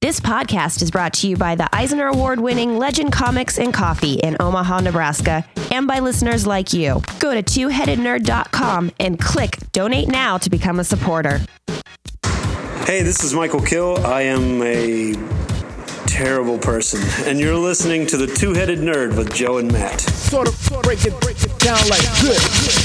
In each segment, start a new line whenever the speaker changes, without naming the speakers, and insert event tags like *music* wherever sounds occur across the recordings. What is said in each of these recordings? This podcast is brought to you by the Eisner Award winning Legend Comics and Coffee in Omaha, Nebraska, and by listeners like you. Go to twoheadednerd.com and click donate now to become a supporter.
Hey, this is Michael Kill. I am a terrible person, and you're listening to the Two Headed Nerd with Joe and Matt.
sort of break it, break it down like this.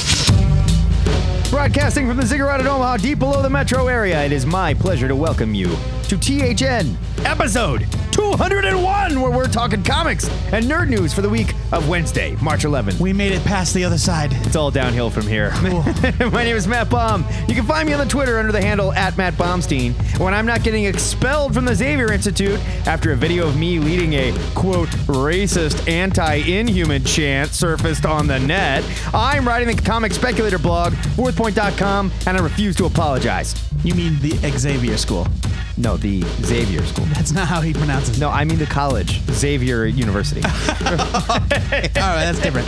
Broadcasting from the Ziggurat at Omaha, deep below the metro area, it is my pleasure to welcome you to THN episode 201, where we're talking comics and nerd news for the week of Wednesday, March 11th.
We made it past the other side.
It's all downhill from here. *laughs* My name is Matt Baum. You can find me on the Twitter under the handle at Matt Baumstein. When I'm not getting expelled from the Xavier Institute after a video of me leading a quote racist anti-inhuman chant surfaced on the net, I'm writing the comic speculator blog fourthpoint.com, and I refuse to apologize.
You mean the Xavier School?
No, the Xavier School.
That's not how he pronounces it.
No, I mean the college, Xavier University.
All right,
*laughs*
that's different.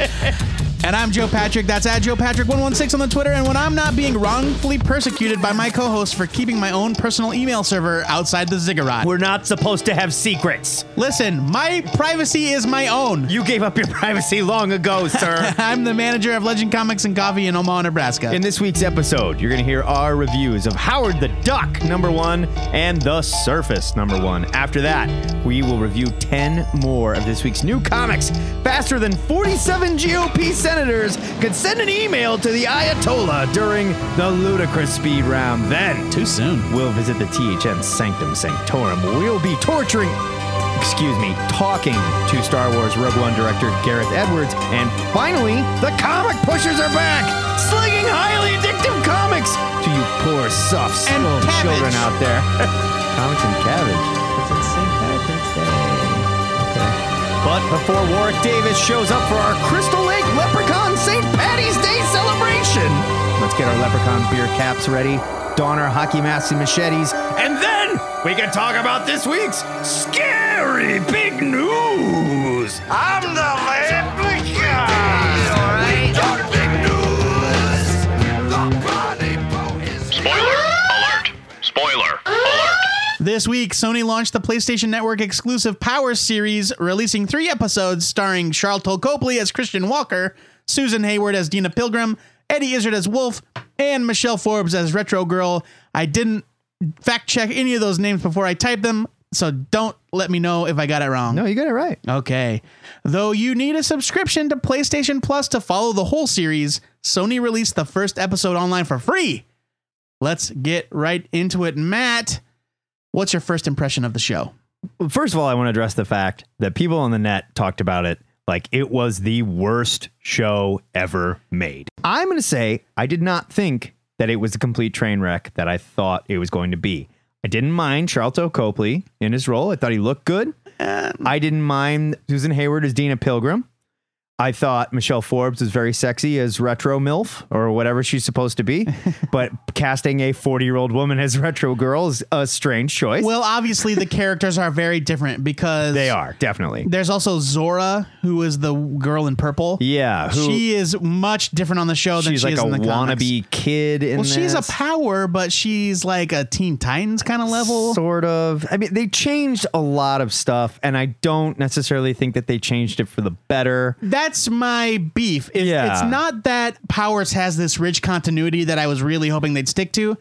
And I'm Joe Patrick. That's at Joe Patrick 116 on the Twitter. And when I'm not being wrongfully persecuted by my co-host for keeping my own personal email server outside the ziggurat,
We're not supposed to have secrets.
listen, my privacy is my own.
*laughs* You gave up your privacy long ago, sir.
I'm the manager of Legend Comics and Coffee in Omaha, Nebraska.
In this week's episode, you're going to hear our reviews of Howard the Duck, number one, and The Surface, number one. After that, we will review 10 more of this week's new comics faster than 47 GOP senators could send an email to the Ayatollah during the ludicrous speed round. Then,
Too soon.
We'll visit the THN Sanctum Sanctorum. We'll be torturing, excuse me, talking to Star Wars Rogue One director Gareth Edwards. And finally, the comic pushers are back, slinging highly addictive comics to you poor, soft
And
spoiled
cabbage.
children out there. *laughs* comics and cabbage. But before Warwick Davis shows up for our Crystal Lake Leprechaun St. Patty's Day celebration, let's get our leprechaun beer caps ready, don our hockey masks and machetes, and then we can talk about this week's scary big news. I'm the leprechaun.
Spoiler alert! Spoiler alert!
This week, Sony launched the PlayStation Network exclusive Power series, releasing three episodes starring Charlton Copley as Christian Walker, Susan Hayward as Dina Pilgrim, Eddie Izzard as Wolf, and Michelle Forbes as Retro Girl. I didn't fact check any of those names before I typed them, so don't let me know if I got it wrong.
No, you got it right.
Okay. Though you need a subscription to PlayStation Plus to follow the whole series, Sony released the first episode online for free. Let's get right into it. Matt, what's your first impression of the show?
First of all, I want to address the fact that people on the net talked about it like it was the worst show ever made. I'm going to say I did not think that it was a complete train wreck that I thought it was going to be. I didn't mind Charlton Copley in his role. I thought he looked good. I didn't mind Susan Hayward as Dina Pilgrim. I thought Michelle Forbes was very sexy as Retro MILF or whatever she's supposed to be. but casting a 40 year old woman as Retro Girl is a strange choice.
Well,
*laughs*
obviously, the characters are very different because
they are, definitely.
There's also Zora, who is the girl in purple.
Yeah, who-
she is much different on the show than
she's
she
like
is
a
in the comics.
wannabe kid in
Well, she's a
this,
power, but she's like a Teen Titans kind of level.
sort of i mean they changed a lot of stuff and i don't necessarily think that they changed it for the better
That's my beef. Is
Yeah.
It's not that Powers has this rich continuity that I was really hoping they'd stick to.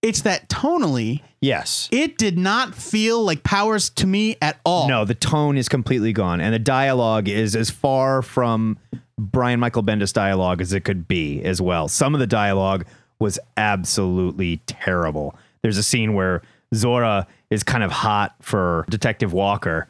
It's that tonally,
yes
it did not feel like Powers to me at all.
no the tone is completely gone and the dialogue is as far from brian michael bendis dialogue as it could be as well some of the dialogue was absolutely terrible there's a scene where zora is kind of hot for detective walker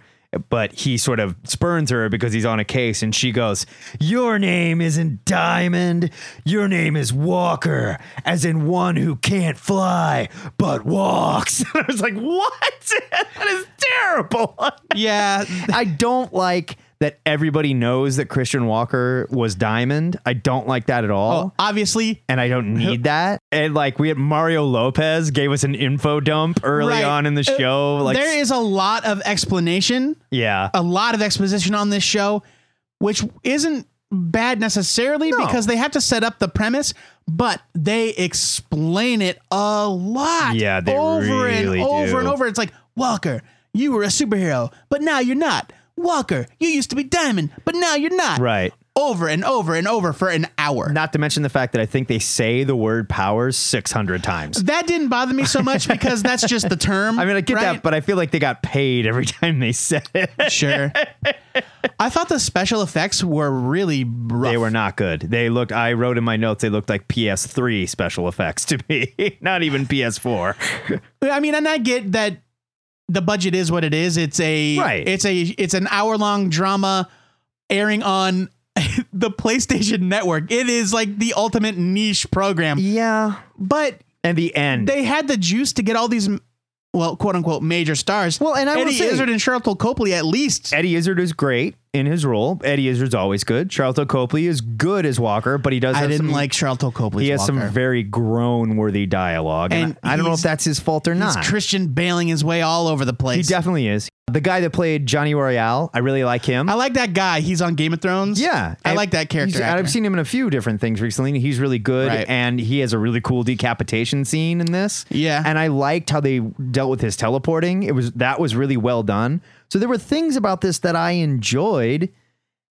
but he sort of spurns her because he's on a case and she goes your name isn't diamond your name is walker as in one who can't fly but walks *laughs* i was like what *laughs* that is terrible *laughs*
Yeah.
i don't like that everybody knows that christian walker was diamond i don't like that at all
Oh, obviously,
And I don't need that. And like we had Mario Lopez gave us an info dump early
Right.
on in the
Uh,
show. Like
there is a lot of explanation,
yeah,
a lot of exposition on this show, which isn't bad necessarily because they have to set up the premise, but they explain it a lot.
Yeah, they
over and
really
over
do.
and over. It's like Walker. you were a superhero, but now you're not. Walker, you used to be Diamond, but now you're not.
Right.
Over and over and over for an hour.
Not to mention the fact that I think they say the word powers 600 times.
that didn't bother me so much because that's just the
*laughs*
term.
I mean, I get
right?
that, but I feel like they got paid every *laughs* time they said it. *laughs*
sure. I thought the special effects were really rough.
They were not good. They looked, I wrote in my notes, they looked like PS3 special effects to me, *laughs* not even
*laughs*
PS4.
I mean, and I get that the budget is what it is. It's a
Right.
It's a it's an hour long drama airing on *laughs* the PlayStation Network. It is like the ultimate niche program.
Yeah.
But
And the end.
they had the juice to get all these, well, quote unquote, major stars.
Well, and I will
Eddie
say-
Izzard and Charlton Copley at least.
Eddie Izzard is great in his role. Eddie Izzard's always good. Charlton Copley is good as Walker, but he does.
I
have
didn't
some,
like Charlton Copley.
He has some very groan-worthy dialogue, and,
And
I, I don't know
he's-
if that's his fault or not.
Christian bailing his way all over the
He
place.
definitely is. The guy that played Johnny Royale, I really like him.
I like that guy. He's on Game of Thrones.
yeah,
I
and
like that
he's-
character.
and
actor.
I've seen him in a few different things recently. and He's really good,
Right.
and he has a really cool decapitation scene in this.
Yeah.
and I liked how they dealt with his teleporting. It was that was really well done. So there were things about this that I enjoyed,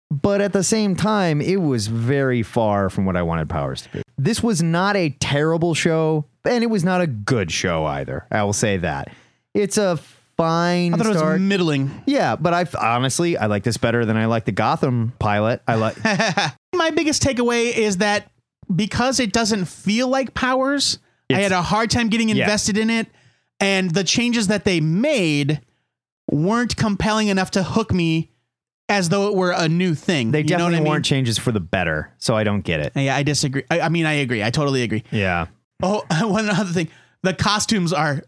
but at the same time, it was very far from what I wanted Powers to be. This was not a terrible show, and it was not a good show either. I will say that it's a fine.
I thought it
start.
was middling.
Yeah, but I honestly I like this better than I like the Gotham pilot. I like
my biggest takeaway is that because it doesn't feel like powers, I had a hard time getting invested in it. And the changes that they made weren't compelling enough to hook me as though it were a new thing.
they
You know what
definitely
I mean?
weren't changes for the better, so I don't get it.
Yeah, I disagree. I, I mean, I agree. I totally agree.
Yeah,
Oh, *laughs* one other thing the costumes are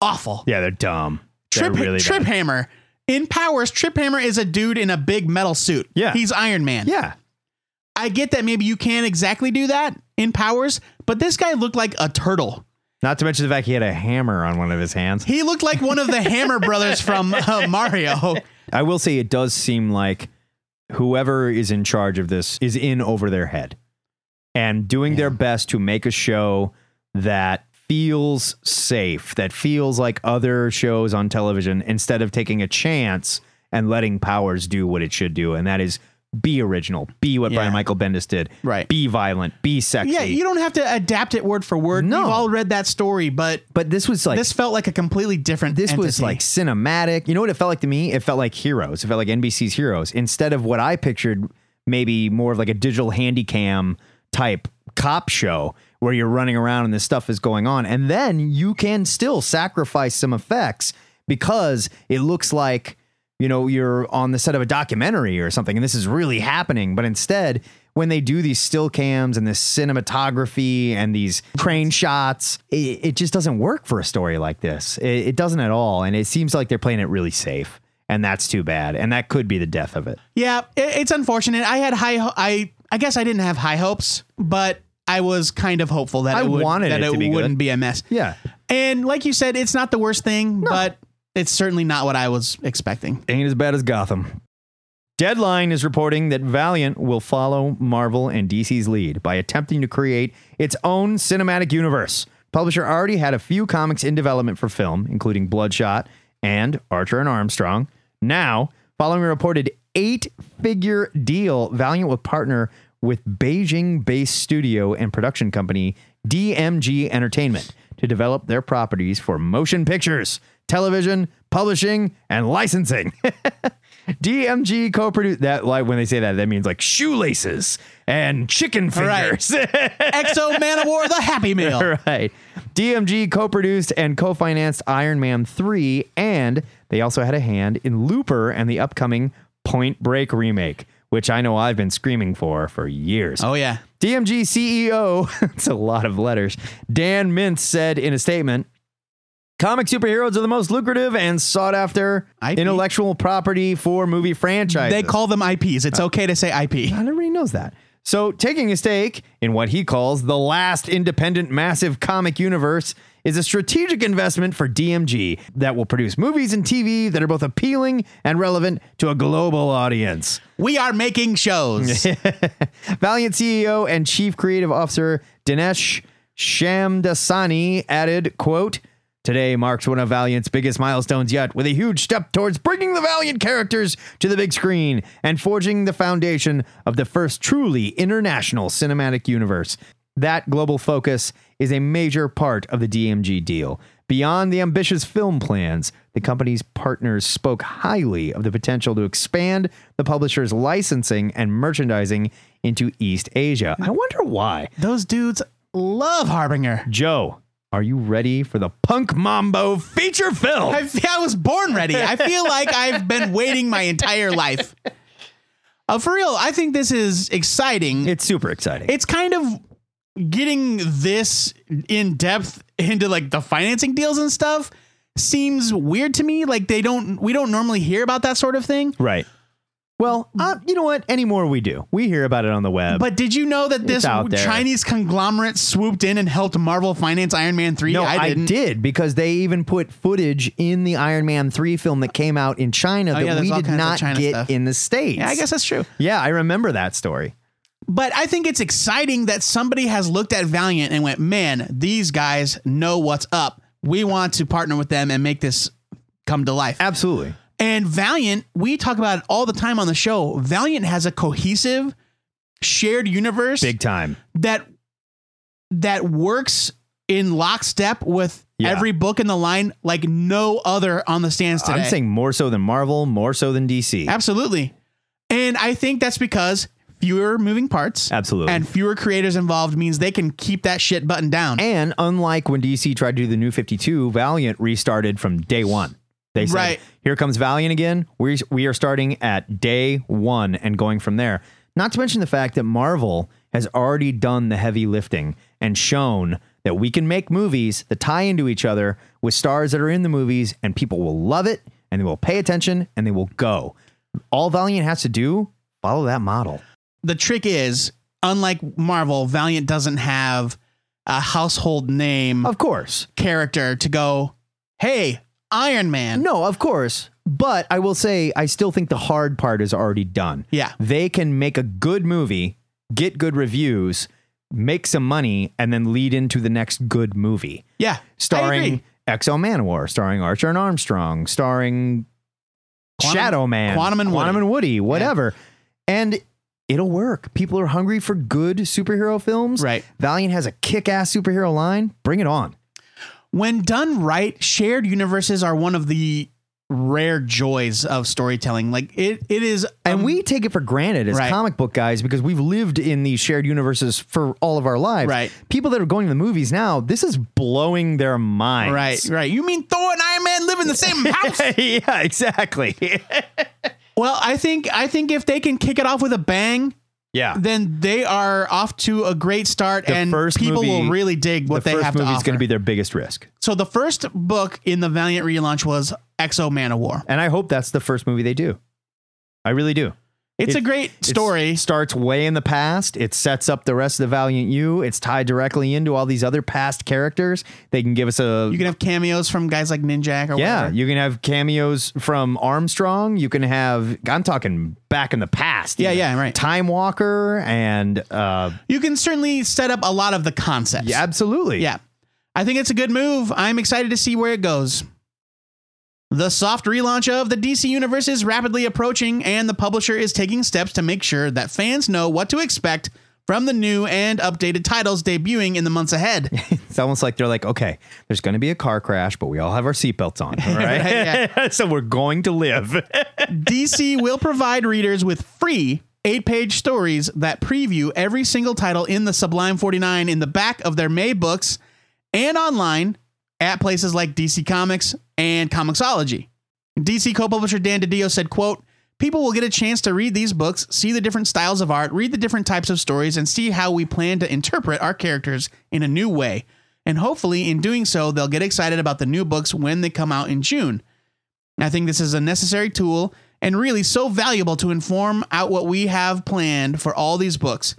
awful.
yeah, they're dumb. They're
Trip,
really
Trip
dumb.
Hammer. In Powers, Trip Hammer is a dude in a big metal suit.
Yeah.
He's Iron Man.
Yeah,
I get that maybe you can't exactly do that in powers, but this guy looked like a turtle.
not to mention the fact he had a hammer on one of his hands.
He looked like one of the Hammer brothers from uh,
*laughs*
Mario.
I will say it does seem like whoever is in charge of this is in over their head and doing their best to make a show that feels safe, that feels like other shows on television instead of taking a chance and letting powers do what it should do. And that is be original, be what
Yeah.
Brian Michael Bendis did,
Right.
be violent, be sexy.
Yeah, you don't have to adapt it word for word.
No.
We've all read that story, but
but this was like
this felt like a completely different
this was
entity.
like cinematic. You know what it felt like to me? It felt like Heroes. It felt like NBC's Heroes instead of what I pictured maybe more of like a digital handycam type cop show where you're running around and this stuff is going on and then you can still sacrifice some effects because it looks like you know you're on the set of a documentary or something and this is really happening but instead when they do these still cams and this cinematography and these crane shots it, it just doesn't work for a story like this it, it doesn't at all and it seems like they're playing it really safe and that's too bad and that could be the death of it
Yeah, it, it's unfortunate. I had high ho- I I guess I didn't have high hopes, but I was kind of hopeful that
I
it would,
wanted
that
it to be good.
wouldn't be a mess.
yeah
And like you said, it's not the worst thing, but it's certainly not what I was expecting. *laughs*
ain't as bad as gotham Deadline is reporting that Valiant will follow Marvel and DC's lead by attempting to create its own cinematic universe. Publisher already had a few comics in development for film, including Bloodshot and Archer and Armstrong. Now, following a reported eight figure deal, Valiant will partner with Beijing based studio and production company DMG Entertainment to develop their properties for motion pictures, television, publishing, and licensing. *laughs* DMG co-produced that. Like when they say that, that means like shoelaces and chicken
Right.
fingers. *laughs*
Exo Man of War, the Happy Meal.
right. DMG co-produced and co-financed Iron Man 3, and they also had a hand in Looper and the upcoming Point Break remake, which I know I've been screaming for for years.
Oh yeah.
DMG *laughs* CEO, it's E a lot of letters, Dan Mintz said in a statement Comic superheroes are the most lucrative and sought after
IP.
intellectual property for movie franchises.
They call them IPs. It's
Uh,
okay to say IP.
Not everybody knows that. So, taking a stake in what he calls the last independent massive comic universe is a strategic investment for DMG that will produce movies and TV that are both appealing and relevant to a global audience.
We are making
*laughs*
shows.
Valiant CEO and Chief Creative Officer Dinesh Shamdasani added, quote, Today marks one of Valiant's biggest milestones yet, with a huge step towards bringing the Valiant characters to the big screen and forging the foundation of the first truly international cinematic universe. That global focus is a major part of the DMG deal. Beyond the ambitious film plans, the company's partners spoke highly of the potential to expand the publisher's licensing and merchandising into East Asia. I wonder why.
Those dudes love Harbinger.
Joe, are you ready for the Punk Mambo feature film?
I, fe- I was born ready. I feel like I've been waiting my entire life. Uh, for real, I think this is exciting.
it's super exciting.
it's kind of getting this in depth into like the financing deals and stuff seems weird to me. Like they don't, we don't normally hear about that sort of thing.
right. Well, uh, you know what? Anymore we do. We hear about it on the web.
But did you know that this
out there.
Chinese conglomerate swooped in and helped Marvel finance Iron Man 3?
no, I,
didn't.
did because they even put footage in the Iron Man 3 film that came out in China that
Oh, yeah, there's
we
all
did
kinds of
not
China
get
stuff.
in the States.
Yeah, I guess that's true.
Yeah, I remember that story.
But I think it's exciting that somebody has looked at Valiant and went, man, these guys know what's up. We want to partner with them and make this come to life.
Absolutely.
And Valiant, we talk about it all the time on the show. Valiant has a cohesive, shared universe
Big time.
that that works in lockstep with
Yeah.
every book in the line, like no other on the stands today.
I'm saying more so than Marvel, more so than DC.
absolutely, and I think that's because fewer moving parts,
Absolutely.
and fewer creators involved means they can keep that shit buttoned down.
And unlike when DC tried to do the new 52, Valiant restarted from day one. They said,
Right.
here comes Valiant again. We, we are starting at day one and going from there. Not to mention the fact that Marvel has already done the heavy lifting and shown that we can make movies that tie into each other with stars that are in the movies, and people will love it and they will pay attention and they will go. All Valiant has to do, follow that model.
the trick is, unlike Marvel, Valiant doesn't have a household name
Of course.
character to go, hey, Iron Man.
No, of course. But I will say, I still think the hard part is already done.
Yeah.
They can make a good movie, get good reviews, make some money, and then lead into the next good movie.
Yeah. I
Starring
agree.
Exo Manowar, starring Archer and Armstrong, starring
Quantum-
Shadow Man,
Quantum and
Quantum
Woody.
and Woody, whatever. And it'll work. People are hungry for good superhero films.
Right.
Valiant has a kick ass superhero line. Bring it on.
When done right, shared universes are one of the rare joys of storytelling. Like it it is
And we take it for granted as
Um, Right.
comic book guys because we've lived in these shared universes for all of our lives.
Right.
People that are going to the movies now, this is blowing their minds.
Right,
*laughs*
right. You mean Thor and Iron Man live in the same house?
yeah, exactly. *laughs*
well, I think I think if they can kick it off with a bang,
yeah.
then they are off to a great start,
The
and
first
people
movie-
will really dig what
the
they
first
have to
movie is
offer.
going to be their biggest risk.
so the first book in the Valiant relaunch was Exo Man of War.
And I hope that's the first movie they do. I really do.
It's
It-
a great story.
It starts way in the past. It sets up the rest of the Valiant You. It's tied directly into all these other past characters. They can give us a
You can have cameos from guys like Ninjak or
Yeah,
whatever.
you can have cameos from Armstrong. You can have I'm talking back in the past.
Yeah,
even.
yeah, right.
Time Walker and uh
You can certainly set up a lot of the concepts.
yeah, absolutely.
Yeah. I think it's a good move. I'm excited to see where it goes. The soft relaunch of the DC Universe is rapidly approaching, and the publisher is taking steps to make sure that fans know what to expect from the new and updated titles debuting in the months ahead.
It's almost like they're like, okay, there's going to be a car crash, but we all have our seatbelts
*laughs*
on, all right? *laughs* so we're going to live.
DC will provide readers with free eight page stories that preview every single title in the Sublime 49 in the back of their May books and online at places like DC Comics and Comixology. DC co-publisher Dan DiDio said, quote, People will get a chance to read these books, see the different styles of art, read the different types of stories, and see how we plan to interpret our characters in a new way. And hopefully, in doing so, they'll get excited about the new books when they come out in June. I think this is a necessary tool and really so valuable to inform out what we have planned for all these books.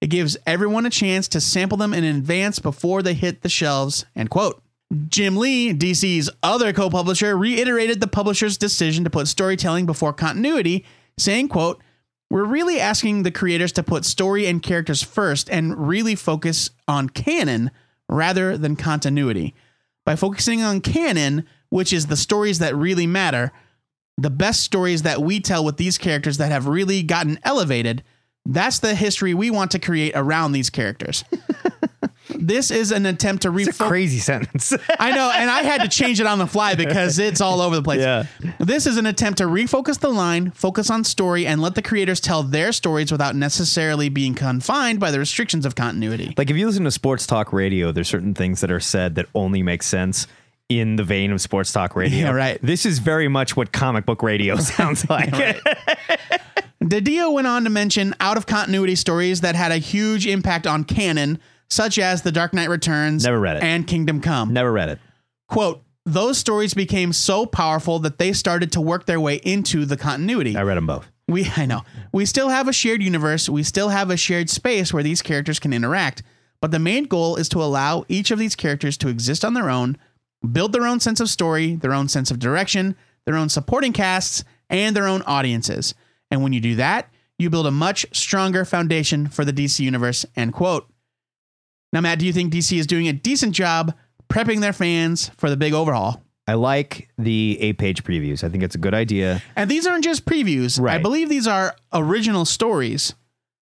It gives everyone a chance to sample them in advance before they hit the shelves. End quote. Jim Lee, DC's other co-publisher, reiterated the publisher's decision to put storytelling before continuity, saying, quote, We're really asking the creators to put story and characters first and really focus on canon rather than continuity. by focusing on canon, which is the stories that really matter, the best stories that we tell with these characters that have really gotten elevated. That's the history we want to create around these characters. *laughs* this is an attempt to
It's a
refocus.
crazy sentence.
I know, and I had to change it on the fly because it's all over the place.
Yeah.
This is an attempt to refocus the line, focus on story, and let the creators tell their stories without necessarily being confined by the restrictions of continuity.
*laughs* like if you listen to sports talk radio, there's certain things that are said that only make sense in the vein of sports talk radio.
Yeah, right.
This is very much what comic book radio *laughs*
*laughs*
sounds like.
Didio went on to mention out of continuity stories that had a huge impact on canon, such as The Dark Knight Returns,
Never read it.
and Kingdom Come.
Never read it.
Quote, those stories became so powerful that they started to work their way into the continuity.
I read them both.
We *laughs* I know. We still have a shared universe, we still have a shared space where these characters can interact, but the main goal is to allow each of these characters to exist on their own, build their own sense of story, their own sense of direction, their own supporting casts, and their own audiences. And when you do that, you build a much stronger foundation for the DC universe, end quote. Now, Matt, do you think DC is doing a decent job prepping their fans for the big overhaul?
I like the eight page previews. I think it's a good idea.
And these aren't just previews. I
Right.
believe these are original stories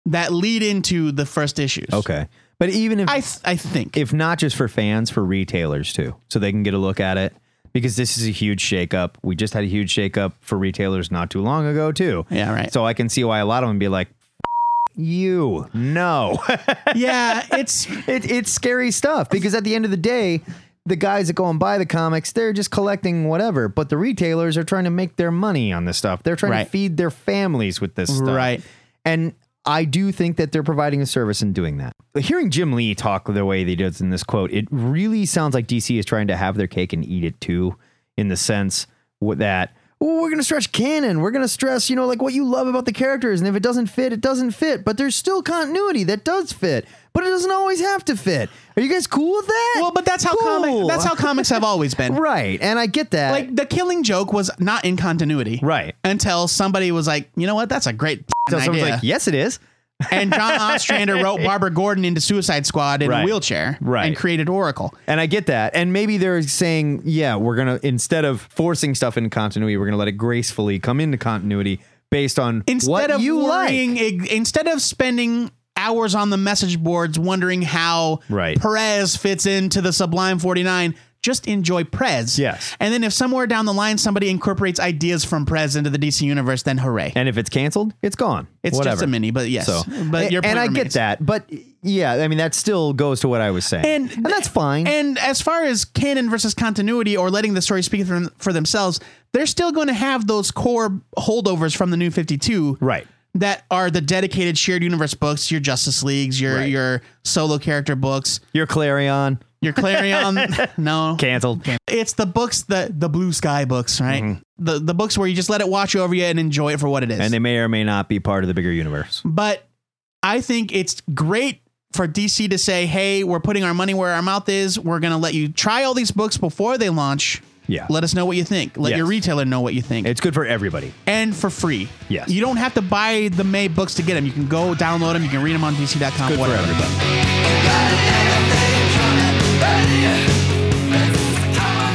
that lead into the first issues.
Okay. But even if
I th- I think. *laughs*
if not just for fans, for retailers too, so they can get a look at it. Because this is a huge shakeup. We just had a huge shakeup for retailers not too long ago too.
Yeah, right.
So I can see why a lot of them be like, "F- "You no." *laughs*
yeah, it's
it, it's scary stuff because at the end of the day, the guys that go and buy the comics, they're just collecting whatever. But the retailers are trying to make their money on this stuff. They're trying
Right.
to feed their families with this stuff.
Right.
And I do think that they're providing a service in doing that. Hearing Jim Lee talk the way that he does in this quote, it really sounds like DC is trying to have their cake and eat it too, in the sense with that "Oh, we're going to stretch canon. We're going to stress, you know, like what you love about the characters. And if it doesn't fit, it doesn't fit. But there's still continuity that does fit, but it doesn't always have to fit. Are you guys cool with that?
well, but that's how comic
Cool.
that's how comics have always
*laughs*
been.
right. And I get that.
Like the Killing Joke was not in continuity,
Right.
Until somebody was like, you know what, that's a great
*laughs* so
f***ing
someone's
idea.
like, yes, it is.
And John Ostrander
*laughs*
wrote Barbara Gordon into Suicide Squad in a
Right.
wheelchair,
Right.
And created Oracle.
And I get that. And maybe they're saying, yeah, we're going to, instead of forcing stuff into continuity, we're going to let it gracefully come into continuity based on
instead
what
of
you
worrying,
like.
ig- instead of spending hours on the message boards wondering how
Right.
Perez fits into the Sublime 49, just enjoy Prez.
Yes.
And then if somewhere down the line somebody incorporates ideas from Prez into the DC universe, then hooray.
And if it's canceled, it's gone.
It's
Whatever.
just a mini, but yes.
So,
but
and,
your point
I
remains.
get that. But yeah, I mean, that still goes to what I was saying.
And-
that's fine.
And as far as canon versus continuity or letting the story speak for, for themselves, they're still going to have those core holdovers from the new 52.
Right.
That are the dedicated shared universe books, your Justice Leagues, your
Right.
your solo character books,
Your Clarion
your Clarion.
*laughs*
no.
canceled.
It's the books that the blue sky books, right? The the books where you just let it watch over you and enjoy it for what it is.
Mm-hmm. And they may or may not be part of the bigger universe.
But I think it's great for DC to say, hey, we're putting our money where our mouth is. We're going to let you try all these books before they launch.
Yeah.
Let us know what you think. Let
Yes.
your retailer know what you think.
It's good for everybody.
and for free.
Yes.
You don't have to buy the May books to get them. You can go download them. You can read them on DC.com. whatever.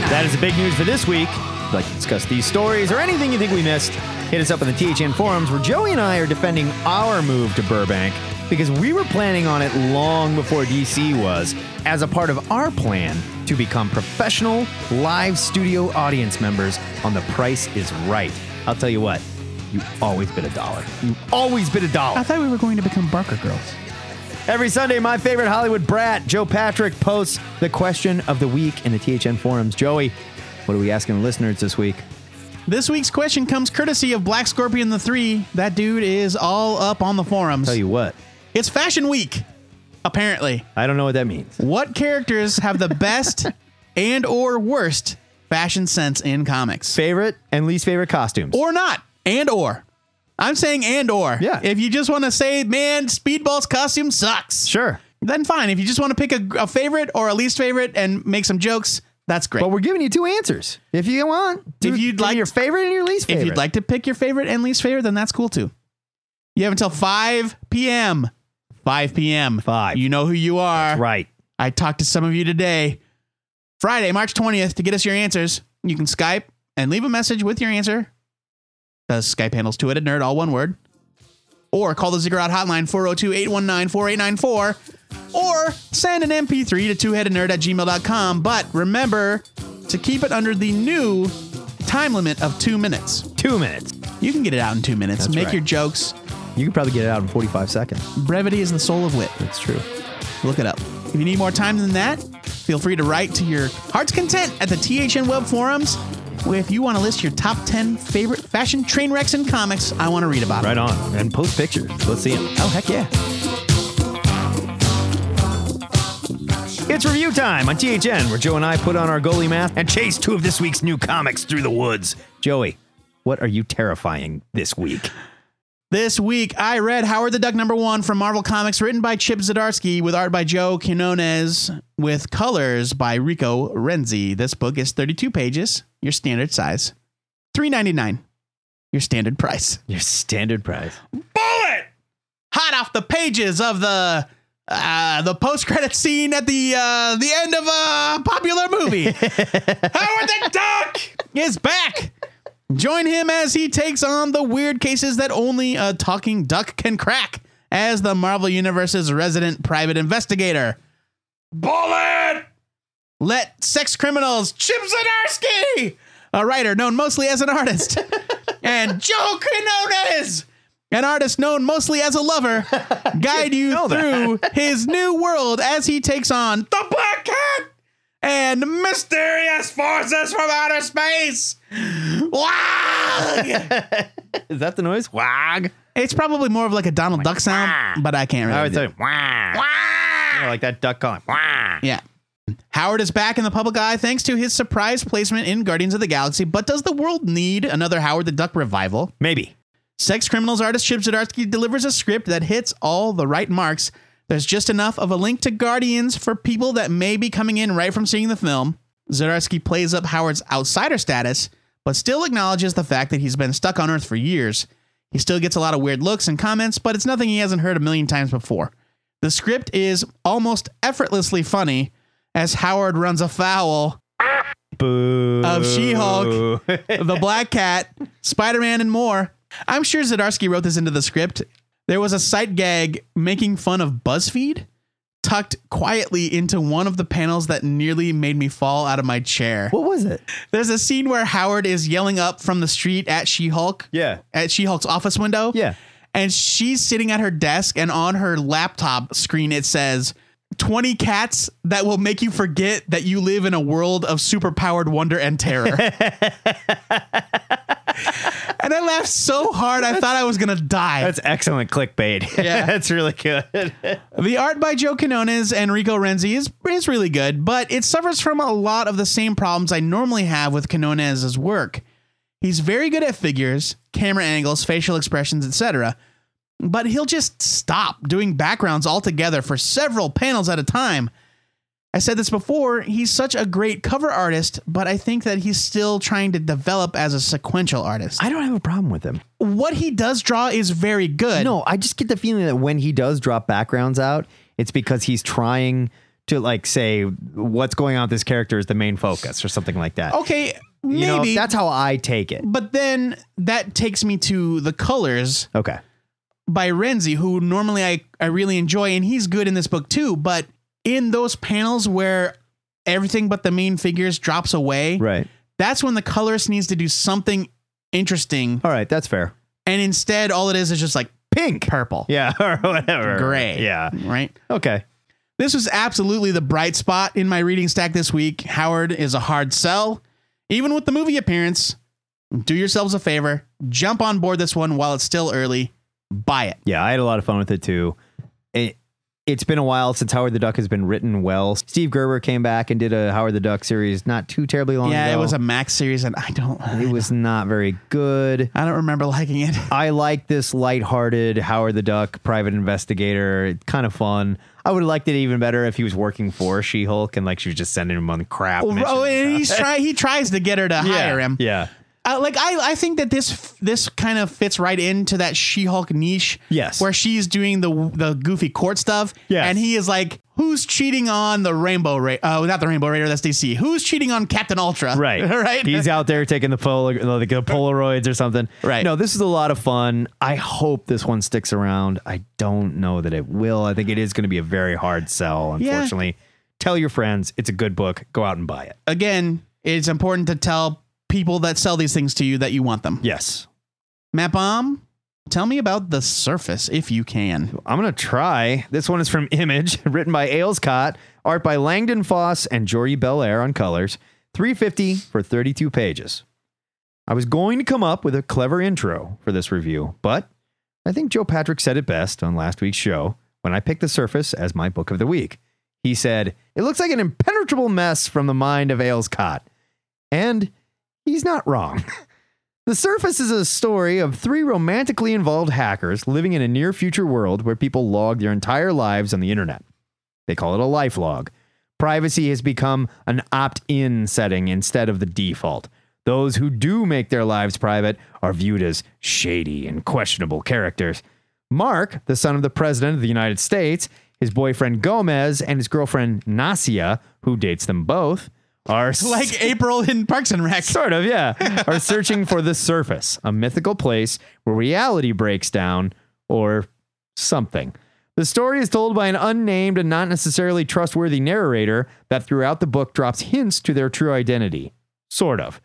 That is the big news for this week. If you'd like to discuss these stories or anything you think we missed, hit us up in the THN forums where Joey and I are defending our move to Burbank because we were planning on it long before DC was as a part of our plan to become professional live studio audience members on The Price is Right. I'll tell you what, you always bid a dollar. You always bid a dollar.
I thought we were going to become Barker Girls.
Every Sunday, my favorite Hollywood brat, Joe Patrick, posts the question of the week in the THN forums. Joey, what are we asking the listeners this week?
This week's question comes courtesy of Black Scorpion the Three. That dude is all up on the forums.
Tell you what,
It's Fashion Week, apparently.
I don't know what that means.
What characters have the best and or worst fashion sense in comics?
Favorite and least favorite costumes.
Or not. And or. I'm saying and or.
Yeah.
If you just want to say, man, Speedball's costume sucks.
sure.
Then fine. If you just want to pick a, a favorite or a least favorite and make some jokes, that's great.
But we're giving you two answers. If you want, do-
If you'd
give me
like-
your favorite and your least
if
favorite.
you'd like to pick your favorite and least favorite, then that's cool too. You have until 5 p.m. 5 p.m.
Five.
You know who you are.
Right.
I talked to some of you today. Friday, March 20th, to get us your answers, you can Skype and leave a message with your answer. The Skype handles two-headed nerd, all one word. Or call the Ziggurat hotline 402 819 4894. Or send an MP3 to two-headednerd at gmail.com. But remember to keep it under the new time limit of two minutes.
Two minutes.
You can get it out in two minutes. Make
right.
your jokes.
You can probably get it out in 45 seconds.
Brevity is the soul of wit.
That's true.
Look it up. If you need more time than that, feel free to write to your heart's content at the THN Web Forums. Where if you want to list your top 10 favorite fashion train wrecks and comics, I want to read about
Right
it.
on. And post pictures. Let's see it.
Oh, heck yeah.
It's review time on THN, where Joe and I put on our goalie mask and chase two of this week's new comics through the woods. Joey, what are you terrifying this week?
This week, I read Howard the Duck number one from Marvel Comics, written by Chip Zdarsky, with art by Joe Quinones, with colors by Rico Renzi. This book is 32 pages, your standard size, $3.99, your standard price.
Your standard price.
hot off the pages of the uh, the post credit scene at the uh, the end of a popular movie. Howard the Duck is back. Join him as he takes on the weird cases that only a talking duck can crack as the Marvel Universe's resident private investigator. Bullet! Let sex criminals Chip Zdarsky, a writer known mostly as an *laughs* artist, and Joe Quinones, an artist known mostly as a lover, guide *laughs* you through his new world as he takes on the Black Cat and mysterious forces from outer space. Wag!
Is that the noise? Wag.
it's probably more of like a Donald Duck sound, but I can't
I
really.
would
do
say
it.
wag. Yeah, like that duck calling. Wag.
Yeah. Howard is back in the public eye thanks to his surprise placement in Guardians of the Galaxy, but does the world need another Howard the Duck revival?
Maybe.
Sex criminals artist Chip Zdarsky delivers a script that hits all the right marks. There's just enough of a link to Guardians for people that may be coming in right from seeing the film. Zdarsky plays up Howard's outsider status, but still acknowledges the fact that he's been stuck on Earth for years. He still gets a lot of weird looks and comments, but it's nothing he hasn't heard a million times before. The script is almost effortlessly funny as Howard runs afoul
Boo.
of She-Hulk, the Black Cat, Spider-Man, and more. I'm sure Zdarsky wrote this into the script. There was a sight gag making fun of BuzzFeed tucked quietly into one of the panels that nearly made me fall out of my chair.
what was it?
There's a scene where Howard is yelling up from the street at She-Hulk.
Yeah.
At She-Hulk's office window.
Yeah.
And she's sitting at her desk and on her laptop screen it says 20 cats that will make you forget that you live in a world of superpowered wonder
*laughs*
and terror. and I laughed so hard I thought I was going to die.
That's excellent clickbait. *laughs*
Yeah.
That's really good.
The art by Joe Canones and Rico Renzi is, is really good, but it suffers from a lot of the same problems I normally have with Canones' work. He's very good at figures, camera angles, facial expressions, etc., but he'll just stop doing backgrounds altogether for several panels at a time. I said this before, he's such a great cover artist, but I think that he's still trying to develop as a sequential artist.
I don't have a problem with him.
What he does draw is very good.
No, I just get the feeling that when he does drop backgrounds out, it's because he's trying to like say what's going on with this character is the main focus or something like that.
Okay, Oh, maybe.
you know, that's how I take it.
But then that takes me to the colors
Okay.
by Renzi, who normally I, I really enjoy, and he's good in this book too. But in those panels where everything but the main figures drops away,
Right.
that's when the colorist needs to do something interesting.
All right, that's fair.
And instead, all it is is just like
Pink.
purple,
Yeah, *laughs* or whatever.
gray.
Yeah.
Right?
Okay.
This was absolutely the bright spot in my reading stack this week. Howard is a hard sell. Even with the movie appearance, do yourselves a favor, jump on board this one while it's still early. Buy it.
Yeah, I had a lot of fun with it too. It it's been a while since Howard the Duck has been written well. Steve Gerber came back and did a Howard the Duck series not too terribly long
yeah,
ago.
it was a Max series, and I don't,
it was not very good.
I don't remember liking it.
I like this lighthearted Howard the Duck private investigator. It's kind of fun. I would have liked it even better if he was working for She
*laughs*
Hulk and like she was just sending him on crap. missions.
Oh, and he's try, he tries to get her
*laughs*
to
yeah.
hire him.
Yeah.
Uh, like I, I think that this this kind of fits right into that She-Hulk niche.
Yes.
where she's doing the the goofy court stuff.
Yes.
and he is like, "Who's cheating on the Rainbow Ra- Uh, not the Rainbow Raider. That's DC. Who's cheating on Captain *laughs* Ultra?
Right.
right.
He's out there taking the, polo, like the Polaroids or something.
Right.
No, this is a lot of fun. I hope this one sticks around. I don't know that it will. I think it is going to be a very hard sell,
Yeah.
unfortunately. Tell your friends. It's a good book. Go out and buy it.
Again, it's important to tell people that sell these things to you that you want them.
Yes.
Matt Bomb, tell me about the Surface if
*laughs*
you can.
I'm going to try. This one is from *laughs* Image, written by Ailescott, art by Langdon Foss and Jory Belair on colors. 350 for 32 pages. I was going to come up with a clever intro for this review, but I think Joe Patrick said it best on last week's show when I picked The Surface as my book of the week. He said, It looks like an impenetrable mess from the mind of Ailescott. And he's not wrong. The Surface is a story of three romantically involved hackers living in a near future world where people log their entire lives on the internet. They call it a life log. Privacy has become an opt in setting instead of the default. Those who do make their lives private are viewed as shady and questionable characters. Mark, the son of the President of the United States, his boyfriend Gomez, and his girlfriend Nasia, who dates them both, are
Like April in Parks and Rec.
sort of,
*laughs*
yeah, are searching for the surface, a mythical place where reality breaks down or something. The story is told by an unnamed and not necessarily trustworthy narrator that throughout the book drops hints to their true identity. Sort of.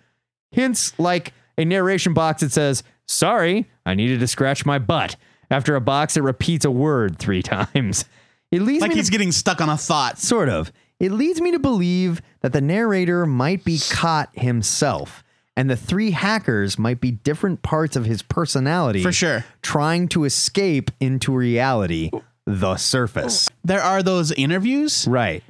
Hints like a narration box that says, Sorry, I needed to scratch my butt, after a box that repeats a word three *laughs* times. It leads
Like
me to
he's getting stuck on a thought.
sort of. It leads me to believe that the narrator might be caught himself, and the three hackers might be different parts of his personality.
For sure.
Trying to escape into reality, the surface.
There are those interviews.
Right.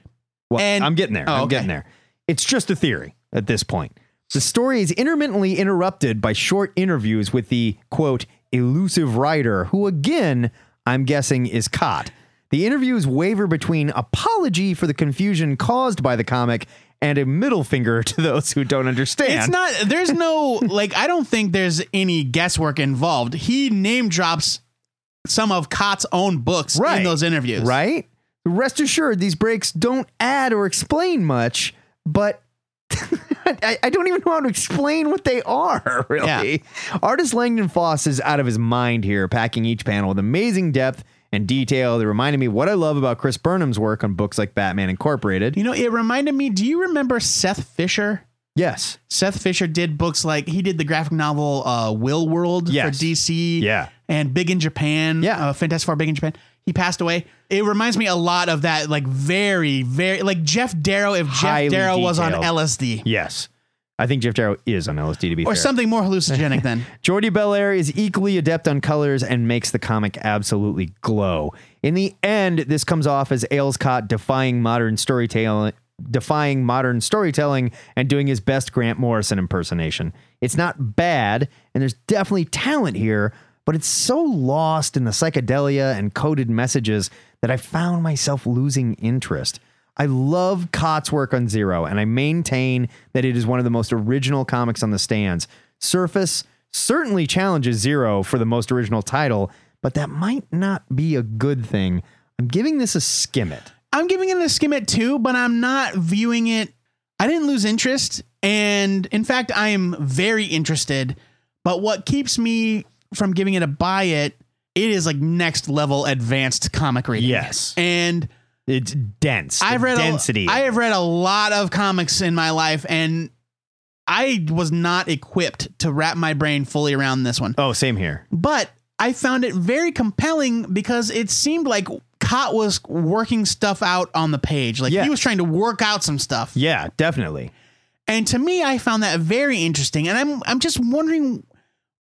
Well,
And-
I'm getting there.
Oh,
I'm
okay.
getting there. It's just a theory at this point. The story is intermittently interrupted by short interviews with the quote elusive writer, who again, I'm guessing, is caught. The interviews waver between apology for the confusion caused by the comic and a middle finger *laughs* to those who don't understand.
It's not. There's no like. I don't think there's any guesswork involved. He name drops some of Cott's own books in those interviews.
Right? Rest assured, these breaks don't add or explain much, but *laughs* I, I don't even know how to explain what they are, *laughs* really. Artist Langdon Foss is out of his mind here, packing each panel with amazing depth and detail that reminded me what I love about Chris Burnham's work on books like Batman Incorporated.
You know, it reminded me. Do you remember Seth Fisher?
Yes.
Seth Fisher did books like he did the graphic novel uh, Will World
Yes.
for DC.
Yeah.
And Big in Japan.
Yeah.
Uh, Fantastic Four Big in Japan. He passed away. It reminds me a lot of that, like very, very, like Jeff Darrow. If
Highly
Jeff Darrow was on
detailed.
LSD
Yes. I think Jeff Darrow is on LSD to be
or
fair.
something
*laughs*
more hallucinogenic, then
Jordi Belair is equally adept on colors and makes the comic absolutely glow. In the end, this comes off as Ailescott defying modern storytelling, defying modern storytelling, and doing his best Grant Morrison impersonation. It's not bad, and there's definitely talent here, but it's so lost in the psychedelia and coded messages that I found myself losing interest. I love Cott's work on Zero, and I maintain that it is one of the most original comics on the stands. Surface certainly challenges Zero for the most original title, but that might not be a good thing. I'm giving this a skim it.
I'm giving it a skim it too, but I'm not viewing it. I didn't lose interest. And in fact, I am very interested. But what keeps me from giving it a buy it, it is like next level advanced comic reading.
Yes.
And
It's dense.
I've read
density.
A, I have read a lot of comics in my life, and I was not equipped to wrap my brain fully around this one.
oh, same here.
But I found it very compelling because it seemed like Cott was working stuff out on the page. Like
Yeah.
he was trying to work out some stuff.
Yeah, definitely.
And to me, I found that very interesting. And I'm I'm just wondering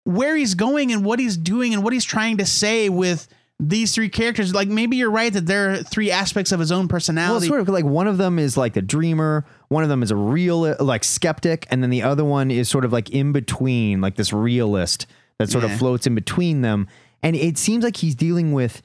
where he's going and what he's doing and what he's trying to say with these three characters. Like maybe you're right that there are three aspects of his own
Well, it's
personality.
sort of like one of them is like the dreamer, one of them is a real like skeptic, and then the other one is sort of like in between, like this realist that sort
Yeah.
of floats in between them. And it seems like he's dealing with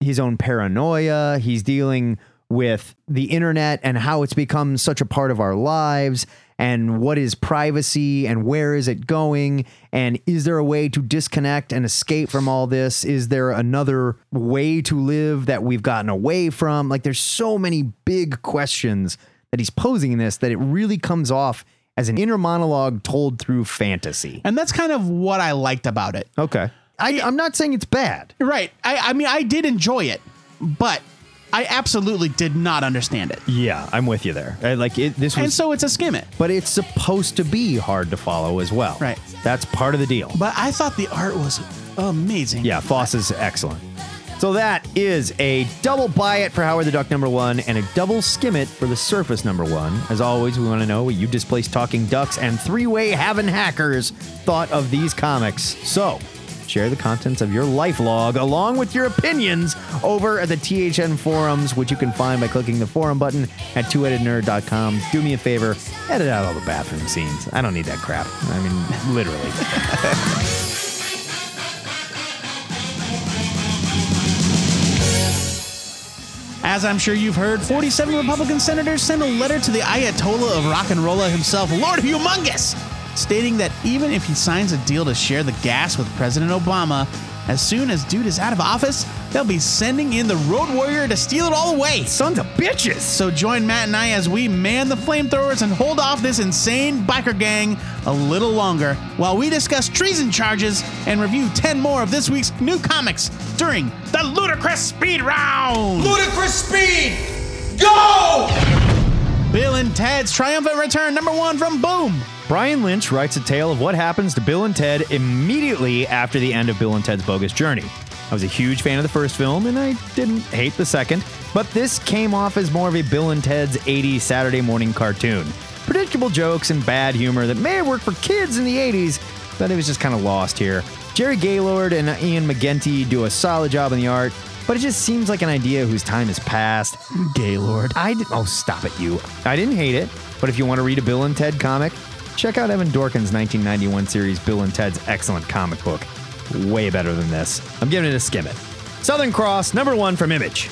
his own paranoia. He's dealing with the internet and how it's become such a part of our lives and what is privacy and where is it going and is there a way to disconnect and escape from all this is there another way to live that we've gotten away from like there's so many big questions that he's posing in this that it really comes off as an inner monologue told through fantasy
And that's kind of what I liked about it.
okay I, i'm not saying it's bad
Right. I, I mean, I did enjoy it, but I absolutely did not understand it.
yeah i'm with you there Uh, like it, this
And
was
so it's a skim it.
but it's supposed to be hard to follow as well
Right.
that's part of the deal
But I thought the art was amazing.
Yeah, Foss is excellent. So that is a double buy it for Howard the Duck number one and a double skim it for the Surface number one. As always, we want to know what you displaced talking ducks and three way having hackers thought of these comics. So share the contents of your life log along with your opinions over at the THN forums, which you can find by clicking the forum button at twoheadednerd.com. Do me a favor, edit out all the bathroom scenes. I don't need that crap. I mean, *laughs* literally.
As I'm sure you've heard, 47 Republican senators sent a letter to the Ayatollah of rock and rolla himself, Lord Humongous, stating that even if he signs a deal to share the gas with President Obama, as soon as dude is out of office, they'll be sending in the road warrior to steal it all away.
Sons of bitches!
So join Matt and I as we man the flamethrowers and hold off this insane biker gang a little longer while we discuss treason charges and review 10 more of this week's new comics during the Ludicrous Speed Round!
Ludicrous speed! Go!
Bill and Ted's triumphant return, number one from Boom.
Brian Lynch writes a tale of what happens to Bill and Ted immediately after the end of Bill and Ted's Bogus Journey. I was a huge fan of the first film, and I didn't hate the second, but this came off as more of a Bill and Ted's 80s Saturday morning cartoon. Predictable jokes and bad humor that may have worked for kids in the 80s, but it was just kind of lost here. Jerry Gaylord and Ian McGenty do a solid job in the art, but it just seems like an idea whose time has passed. Gaylord. I did, oh, stop it, you. I didn't hate it, but if you want to read a Bill and Ted comic, Check out Evan Dorkin's 1991 series Bill and Ted's excellent comic book. Way better than this. I'm giving it a skim it. Southern Cross, number one from Image.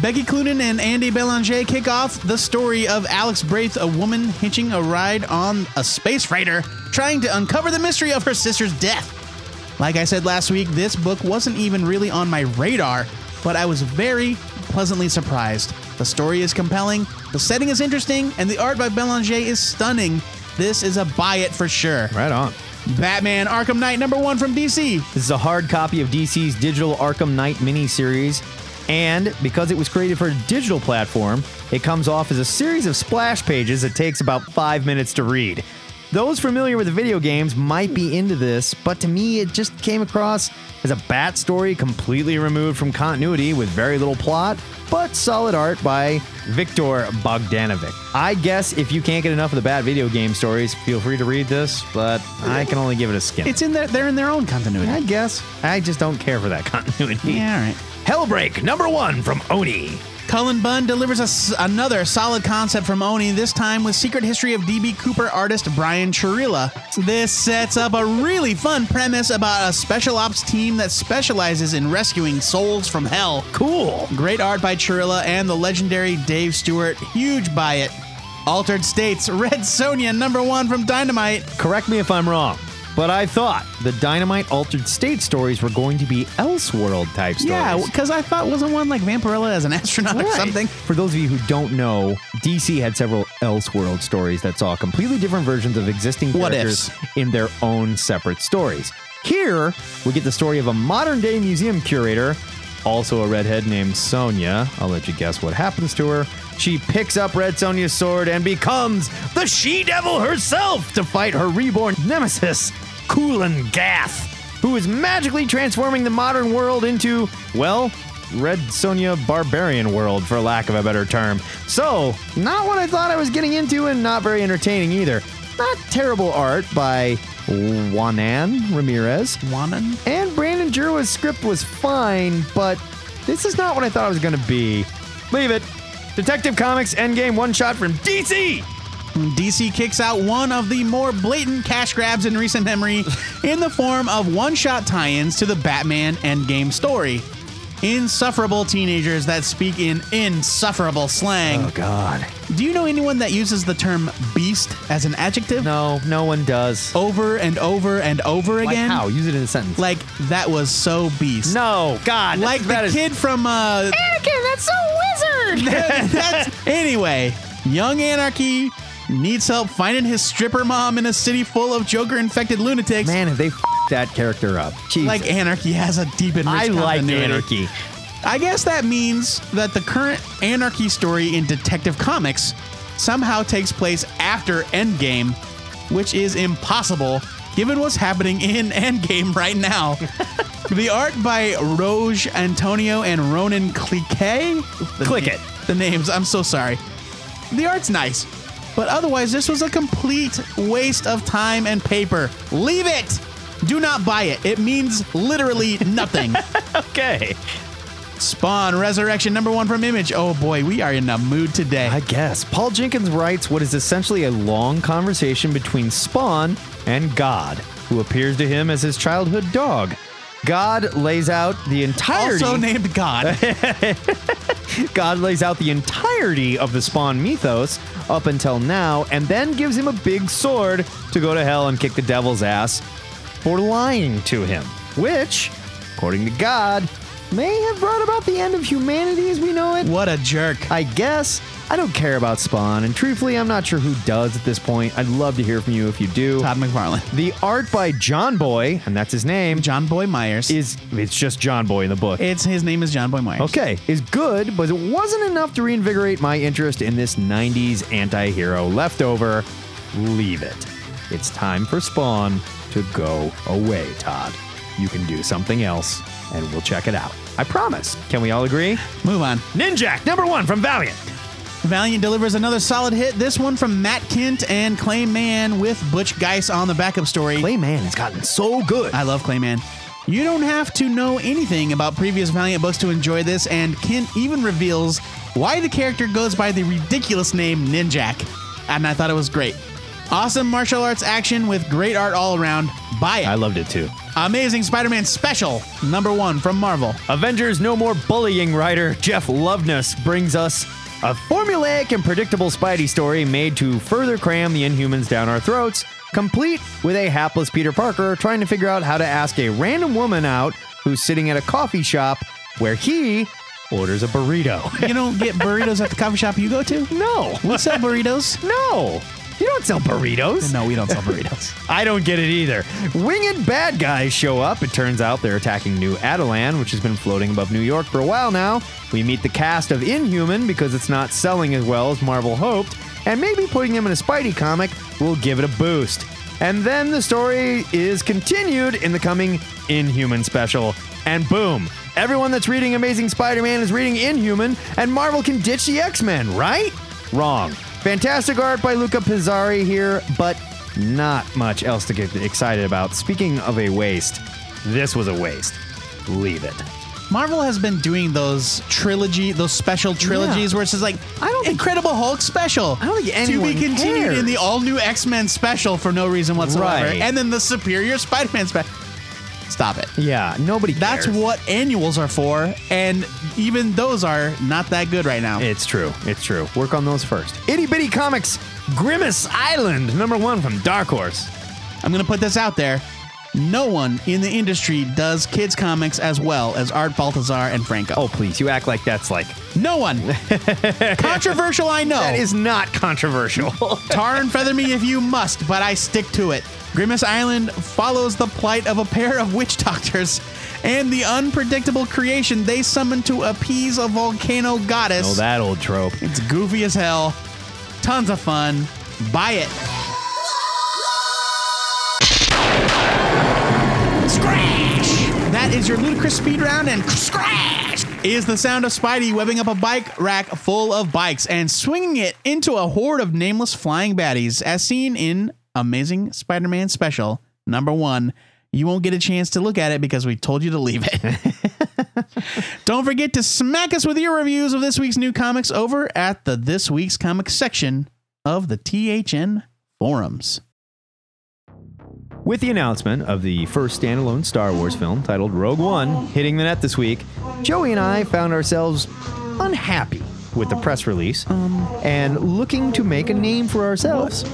Becky Cloonan and Andy Belanger kick off the story of Alex Braith, a woman hitching a ride on a space freighter, trying to uncover the mystery of her sister's death. Like I said last week, this book wasn't even really on my radar, but I was very pleasantly surprised. The story is compelling, the setting is interesting, and the art by Belanger is stunning. This is a buy it for sure.
Right on.
Batman Arkham Knight number one from DC.
This is a hard copy of DC's digital Arkham Knight miniseries. And because it was created for a digital platform, it comes off as a series of splash pages that takes about five minutes to read. Those familiar with the video games might be into this, but to me, it just came across as a bat story completely removed from continuity with very little plot, but solid art by Viktor Bogdanovic. I guess if you can't get enough of the bat video game stories, feel free to read this, but I can only give it a skim.
It's in their they're in their own continuity.
I guess. I just don't care for that *laughs* continuity.
Yeah, all right.
Hellbreak, number one from Oni.
Cullen Bunn delivers us another solid concept from Oni, this time with Secret History of DB Cooper artist Brian Chirilla. This sets up a really fun premise about a special ops team that specializes in rescuing souls from hell.
Cool.
Great art by Chirilla and the legendary Dave Stewart. Huge buy it. Altered States, *laughs* Red Sonia, number one from Dynamite.
Correct me if I'm wrong, but I thought the Dynamite Altered State stories were going to be Elseworld type stories.
Yeah, because I thought wasn't one like Vampirella as an astronaut or
Right.
something?
For those of you who don't know, DC had several Elseworld stories that saw completely different versions of existing
What
characters in their own separate stories. Here, we get the story of a modern day museum curator, also a redhead named Sonia. I'll let you guess what happens to her. She picks up Red Sonia's sword and becomes the She Devil herself to fight her reborn nemesis, Kulan Gath, who is magically transforming the modern world into, well, Red Sonia Barbarian World, for lack of a better term. So, not what I thought I was getting into, and not very entertaining either. Not terrible art by Juanan Ramirez.
Wanan?
And Brandon Jura's script was fine, but this is not what I thought it was going to be. Leave it. Detective Comics Endgame one shot from DC.
DC kicks out one of the more blatant cash grabs in
*laughs*
recent memory in the form of one shot tie ins to the Batman Endgame story. insufferable teenagers that speak in insufferable slang.
Oh God.
Do you know anyone that uses the term beast as an adjective?
No, no one does.
Over and over and over
Like
again?
how? Use it in a sentence.
Like, that was so beast.
no, God.
Like
that
the
is-
kid from uh
Anakin, that's so
*laughs*
wizard.
that's anyway, young anarchy needs help finding his stripper mom in a city full of joker infected lunatics.
Man, have they f***ed that character up? Jesus.
Like anarchy has a deep and rich
I like
continuity.
anarchy.
I guess that means that the current anarchy story in Detective Comics somehow takes place after Endgame, which is impossible given what's happening in *laughs* Endgame right
*laughs*
now. the art by Roge Antonio and Ronan Cliquet.
Click it.
The names, I'm so sorry. The art's nice, but otherwise, this was a complete waste of time and paper. Leave it! Do not buy it. It means
*laughs*
literally nothing.
Okay.
Spawn Resurrection number one from Image. Oh boy, we are in a mood today.
I guess. Paul Jenkins writes what is essentially a long conversation between Spawn and God, who appears to him as his childhood dog. God lays out the entirety
also named God.
*laughs* God lays out the entirety of the Spawn mythos up until now and then gives him a big sword to go to hell and kick the devil's ass for lying to him, which, according to God, may have brought about the end of humanity as we know it.
what a jerk.
I guess I don't care about Spawn, and truthfully, I'm not sure who does at this point. I'd love to hear from you if you do.
Todd McFarlane.
The art by John Boy, and that's his name,
John Boy Myers.
is it's just John Boy in the book.
it's his name is John Boy Myers.
Okay, is good, but it wasn't enough to reinvigorate my interest in this 90s anti hero leftover. Leave it. It's time for Spawn to go away, Todd. You can do something else, and we'll check it out. I promise. Can we all agree?
Move on.
Ninjak, number one from Valiant.
Valiant delivers another solid hit. This one from Matt Kent and Clayman with Butch Geiss on the backup story.
Clayman has gotten so good.
I love Clayman. You don't have to know anything about previous Valiant books to enjoy this, and Kent even reveals why the character goes by the ridiculous name Ninjak. And I thought it was great. Awesome martial arts action with great art all around. Buy it.
I loved it too.
Amazing Spider Man Special, number one from Marvel.
Avengers No More Bullying writer Jeff Loveness brings us a formulaic and predictable Spidey story made to further cram the Inhumans down our throats, complete with a hapless Peter Parker trying to figure out how to ask a random woman out who's sitting at a coffee shop where he orders a burrito. *laughs*
You don't get burritos at the coffee shop you go to?
no,
We sell burritos.
no, you don't sell burritos.
*laughs* No, we don't sell burritos.
I don't get it either. Winged bad guys show up. It turns out they're attacking New Adelan, which has been floating above New York for a while now. We meet the cast of Inhuman because it's not selling as well as Marvel hoped, and maybe putting them in a Spidey comic will give it a boost. And then the story is continued in the coming Inhuman special. And boom, everyone that's reading Amazing Spider Man is reading Inhuman, and Marvel can ditch the X Men, right? Wrong. Fantastic art by Luca Pizzari here, but not much else to get excited about. Speaking of a waste, this was a waste. Leave it.
Marvel has been doing those trilogy, those special trilogies where it's just like
I don't think-
Incredible Hulk special.
I don't think
to
anyone
be continued
cares.
in the all new X Men special for no reason whatsoever,
Right.
and then the Superior Spider Man special. Stop it.
Yeah, nobody
That's
cares.
what annuals are for, and even those are not that good right now.
It's true. It's true. Work on those first. Itty Bitty Comics Grimace Island, number one from Dark Horse.
I'm going to put this out there. No one in the industry does kids comics as well as Art Baltazar and Franco.
Oh, please. You act like that's like.
No one.
*laughs*
Controversial, I know.
That is not *laughs* controversial.
Tar and feather me if you must, but I stick to it. Grimace Island follows the plight of a pair of witch doctors and the unpredictable creation they summon to appease a volcano goddess.
oh, that old trope.
it's goofy as hell. Tons of fun. Buy it. Scratch! That is your ludicrous speed round and scratch is the sound of Spidey webbing up a bike rack full of bikes and swinging it into a horde of nameless flying baddies, as seen in Amazing Spider Man Special number one. You won't get a chance to look at it because we told you to leave it. *laughs* Don't forget to smack us with your reviews of this week's new comics over at the This Week's Comics section of the THN forums.
With the announcement of the first standalone Star Wars film titled Rogue One hitting the net this week, Joey and I found ourselves unhappy with the press release and looking to make a name for ourselves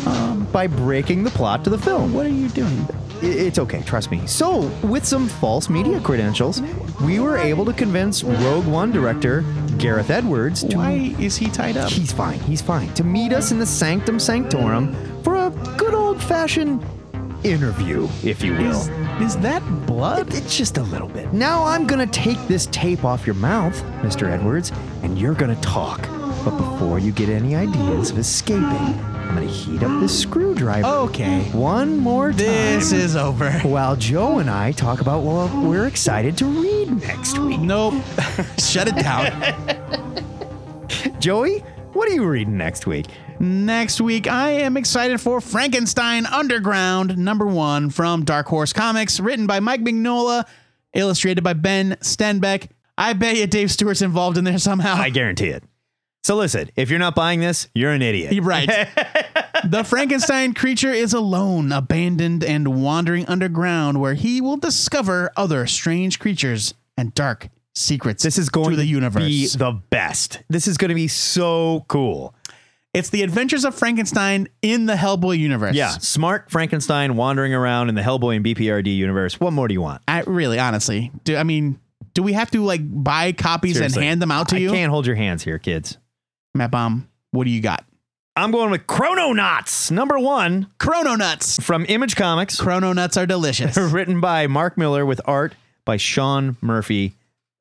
by breaking the plot to the film.
What are you doing?
I- It's okay, trust me. So, with some false media credentials, we were able to convince Rogue One director Gareth Edwards to
Why is he tied up?
He's fine. He's fine. To meet us in the Sanctum Sanctorum for a good old fashioned interview, if you will.
Is, is that blood?
It- It's just a little bit. Now I'm going to take this tape off your mouth, Mr. Edwards, and you're going to talk. But before you get any ideas of escaping, I'm going to heat up this screwdriver.
Okay.
One more time.
This is over.
While Joe and I talk about what we're excited to read next week.
Nope. *laughs* Shut it down.
Joey, what are you reading next week?
Next week, I am excited for Frankenstein Underground, number one from Dark Horse Comics, written by Mike Mignola, illustrated by Ben Stenbeck. I bet you Dave Stewart's involved in there somehow.
*laughs* I guarantee it. So listen, if you're not buying this, you're an idiot.
You're right.
*laughs*
the Frankenstein creature is alone, abandoned, and wandering underground, where he will discover other strange creatures and dark secrets.
This is going
to the universe.
be the best. This is going to be so cool.
it's the Adventures of Frankenstein in the Hellboy universe.
Yeah, smart Frankenstein wandering around in the Hellboy and BPRD universe. What more do you want?
I really, honestly, do I mean, do we have to like buy copies
Seriously.
and hand them out to you?
I can't hold your hands here, kids.
Matt Bomb, what do you got?
I'm going with Chrononauts, number one
Chrononuts.
from Image Comics,
Chrononuts are
*laughs*
delicious.
written by Mark Miller with art by Sean Murphy.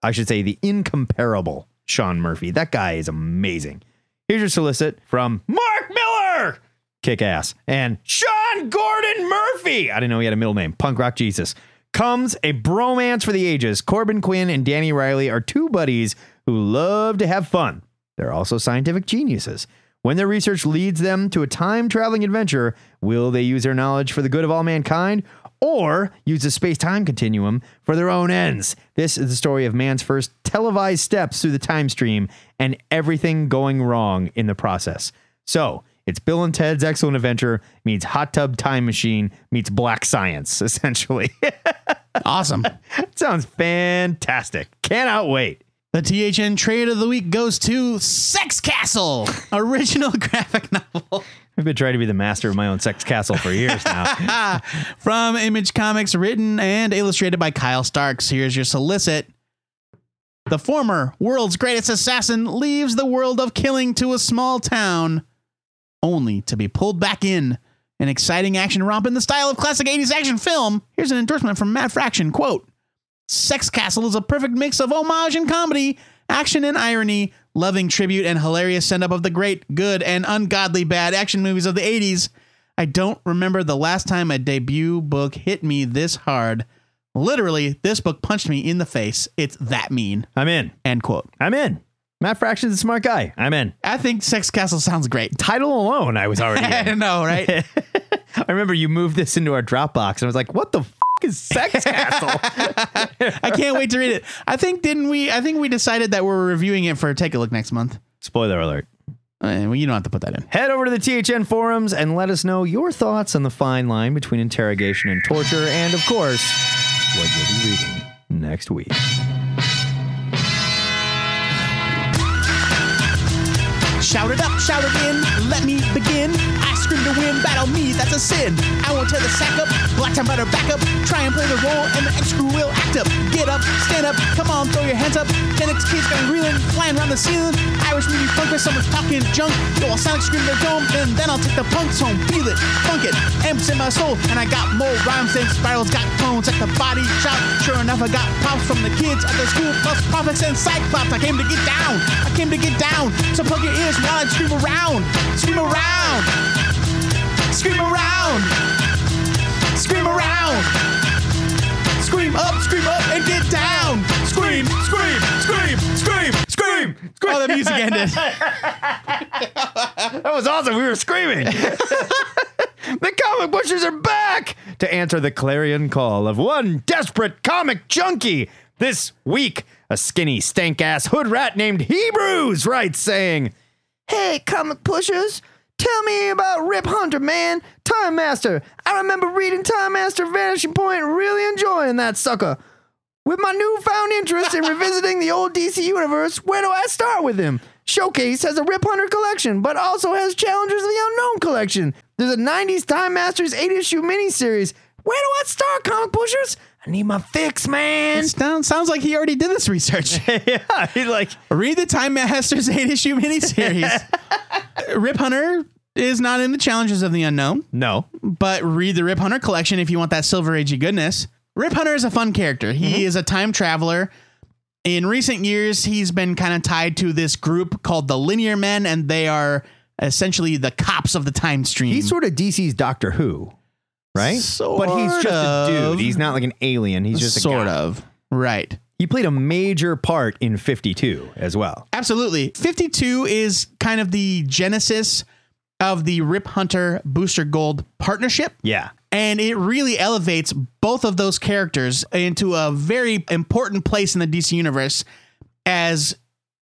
I should say the incomparable Sean Murphy. That guy is amazing. Here's your solicit from Mark Miller. Kick ass. And Sean Gordon Murphy. I didn't know he had a middle name. Punk Rock Jesus. Comes a bromance for the ages. Corbin Quinn and Danny Riley are two buddies who love to have fun. They're also scientific geniuses. When their research leads them to a time traveling adventure, will they use their knowledge for the good of all mankind or use the space time continuum for their own ends? This is the story of man's first televised steps through the time stream and everything going wrong in the process. So, it's Bill and Ted's Excellent Adventure meets Hot Tub Time Machine meets Black Science, *laughs* essentially.
awesome.
It sounds fantastic. Cannot wait.
The THN trade of the week goes to Sex Castle, original graphic novel *laughs*
I've been trying to be the master of my own sex castle for years now.
*laughs* from Image Comics, written and illustrated by Kyle Starks. Here's your solicit. The former world's greatest assassin leaves the world of killing to a small town, only to be pulled back in. An exciting action romp in the style of classic 80s action film. Here's an endorsement from Matt Fraction. Quote Sex Castle is a perfect mix of homage and comedy, action and irony, loving tribute and hilarious send up of the great, good, and ungodly bad action movies of the 80s. I don't remember the last time a debut book hit me this hard. Literally, this book punched me in the face. It's that mean.
I'm in.
End quote.
I'm in. Matt Fraction's a smart guy. I'm in.
I think Sex Castle sounds great. *laughs*
Title alone, I was already
I
in.
don't know, right?
I remember you moved this into our Dropbox, and I was like, what the f- is *laughs* Sex Castle?
I can't wait to read it. I think didn't we? I think we decided that we're reviewing it for take a look next month.
Spoiler alert.
Uh, well, you don't have to put that in.
Head over to the THN forums and let us know your thoughts on the fine line between interrogation and torture, and of course, what you'll be reading next week.
Shout it up, shout it in, let me begin. I scream to win, battle me, that's a sin. I won't tear the sack up, black time better back up. Try and play the role, and the extra will act up. Get up, stand up, come on, throw your hands up. Gen X kids going reeling, flying around the ceiling. Irish movie funkers, someone's talking junk. Yo, I'll sonic scream their dome, and then I'll take the punks home. Feel it, funk it, amps in my soul, and I got more rhymes than spirals. Got clones at the body shop. Sure enough, I got pops from the kids at the school, plus prophets and cyclops. I came to get down, I came to get down. So plug your ears while I scream around, scream around, scream around, scream around. Scream up, scream up, and get down. Scream, scream, scream, scream, scream, scream. Oh, the music ended. *laughs*
That was awesome. We were screaming. *laughs* the comic pushers are back to answer the clarion call of one desperate comic junkie. This week, a skinny, stank ass hood rat named Hebrews writes saying, Hey, comic pushers,
Tell me about Rip Hunter, man. Time Master. I remember reading Time Master Vanishing Point and really enjoying that sucker. With my newfound interest
*laughs*
in revisiting the old DC universe, where do I start with him? Showcase has a Rip Hunter collection, but also has Challengers of the Unknown collection. There's a 90s Time Masters 8 issue miniseries. Where do I start, comic pushers? I need my fix, man.
Sounds, sounds like he already did this *laughs* research.
*laughs* yeah, he's like
Read the Time Masters *laughs* 8 issue *laughs* miniseries. Rip Hunter is not in the Challenges of the Unknown,
no.
but read the Rip Hunter collection if you want that Silver Agey goodness. Rip Hunter is a fun character. He is a time traveler. In recent years, he's been kind of tied to this group called the Linear Men, and they are essentially the cops of the time stream.
He's sort of DC's Doctor Who, right?
Mm-hmm. Sort
but he's just a
of.
dude. He's not like an alien. He's just
sort
a guy.
of right.
He played a major part in 52 as well.
Absolutely. 52 is kind of the genesis of the Rip Hunter Booster Gold partnership.
Yeah.
And it really elevates both of those characters into a very important place in the DC universe as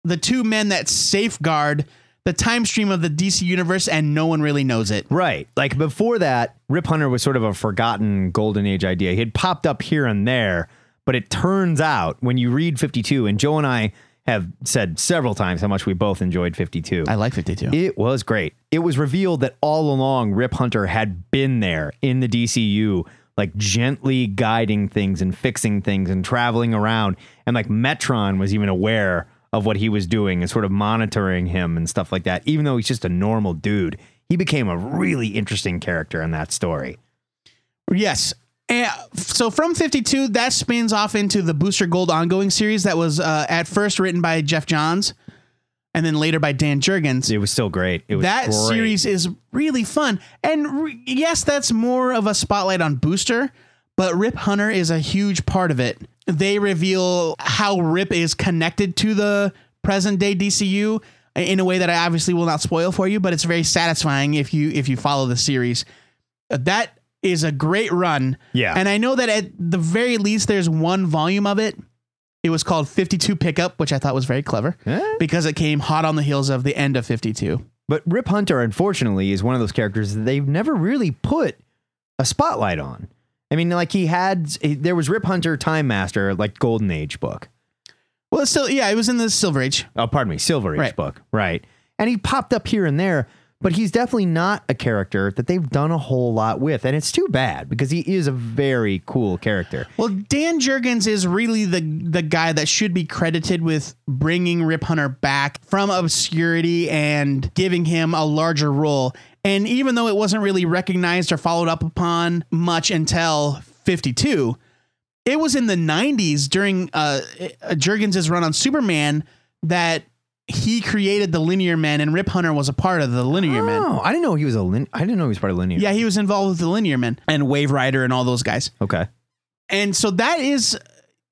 the two men that safeguard the time stream of the DC universe and no one really knows it.
Right. Like before that, Rip Hunter was sort of a forgotten golden age idea. He had popped up here and there, but it turns out when you read 52, and Joe and I have said several times how much we both enjoyed 52.
I like 52.
It was great. It was revealed that all along Rip Hunter had been there in the DCU, like gently guiding things and fixing things and traveling around. And like Metron was even aware of what he was doing and sort of monitoring him and stuff like that. Even though he's just a normal dude, he became a really interesting character in that story.
Yes. And so from 52, that spins off into the Booster Gold ongoing series that was uh, at first written by Jeff Johns and then later by Dan Jurgens.
It was still great. It was
That
great.
series is really fun. And re- yes, that's more of a spotlight on Booster, but Rip Hunter is a huge part of it. They reveal how Rip is connected to the present day DCU in a way that I obviously will not spoil for you, but it's very satisfying if you if you follow the series. Uh, That is a great run.
Yeah.
And I know that at the very least there's one volume of it. It was called 52 Pickup, which I thought was very clever
Eh?
because it came hot on the heels of the end of 52.
But Rip Hunter, unfortunately, is one of those characters that they've never really put a spotlight on. I mean, like he had, there was Rip Hunter Time Master, like Golden Age book.
Well, it's still, yeah, it was in the Silver Age.
Oh, pardon me, Silver Age
Right.
book. Right. And he popped up here and there, but he's definitely not a character that they've done a whole lot with. And it's too bad because he is a very cool character.
Well, Dan Jurgens is really the the guy that should be credited with bringing Rip Hunter back from obscurity and giving him a larger role. And even though it wasn't really recognized or followed up upon much until 52, it was in the 90s during uh, uh, Jurgens' run on Superman that he created the Linear Men and Rip Hunter was a part of the Linear Men.
Oh, I didn't know he was a lin- I didn't know he was part of linear.
Yeah, he was involved with the Linear Men and Wave Rider and all those guys.
Okay.
And so that is,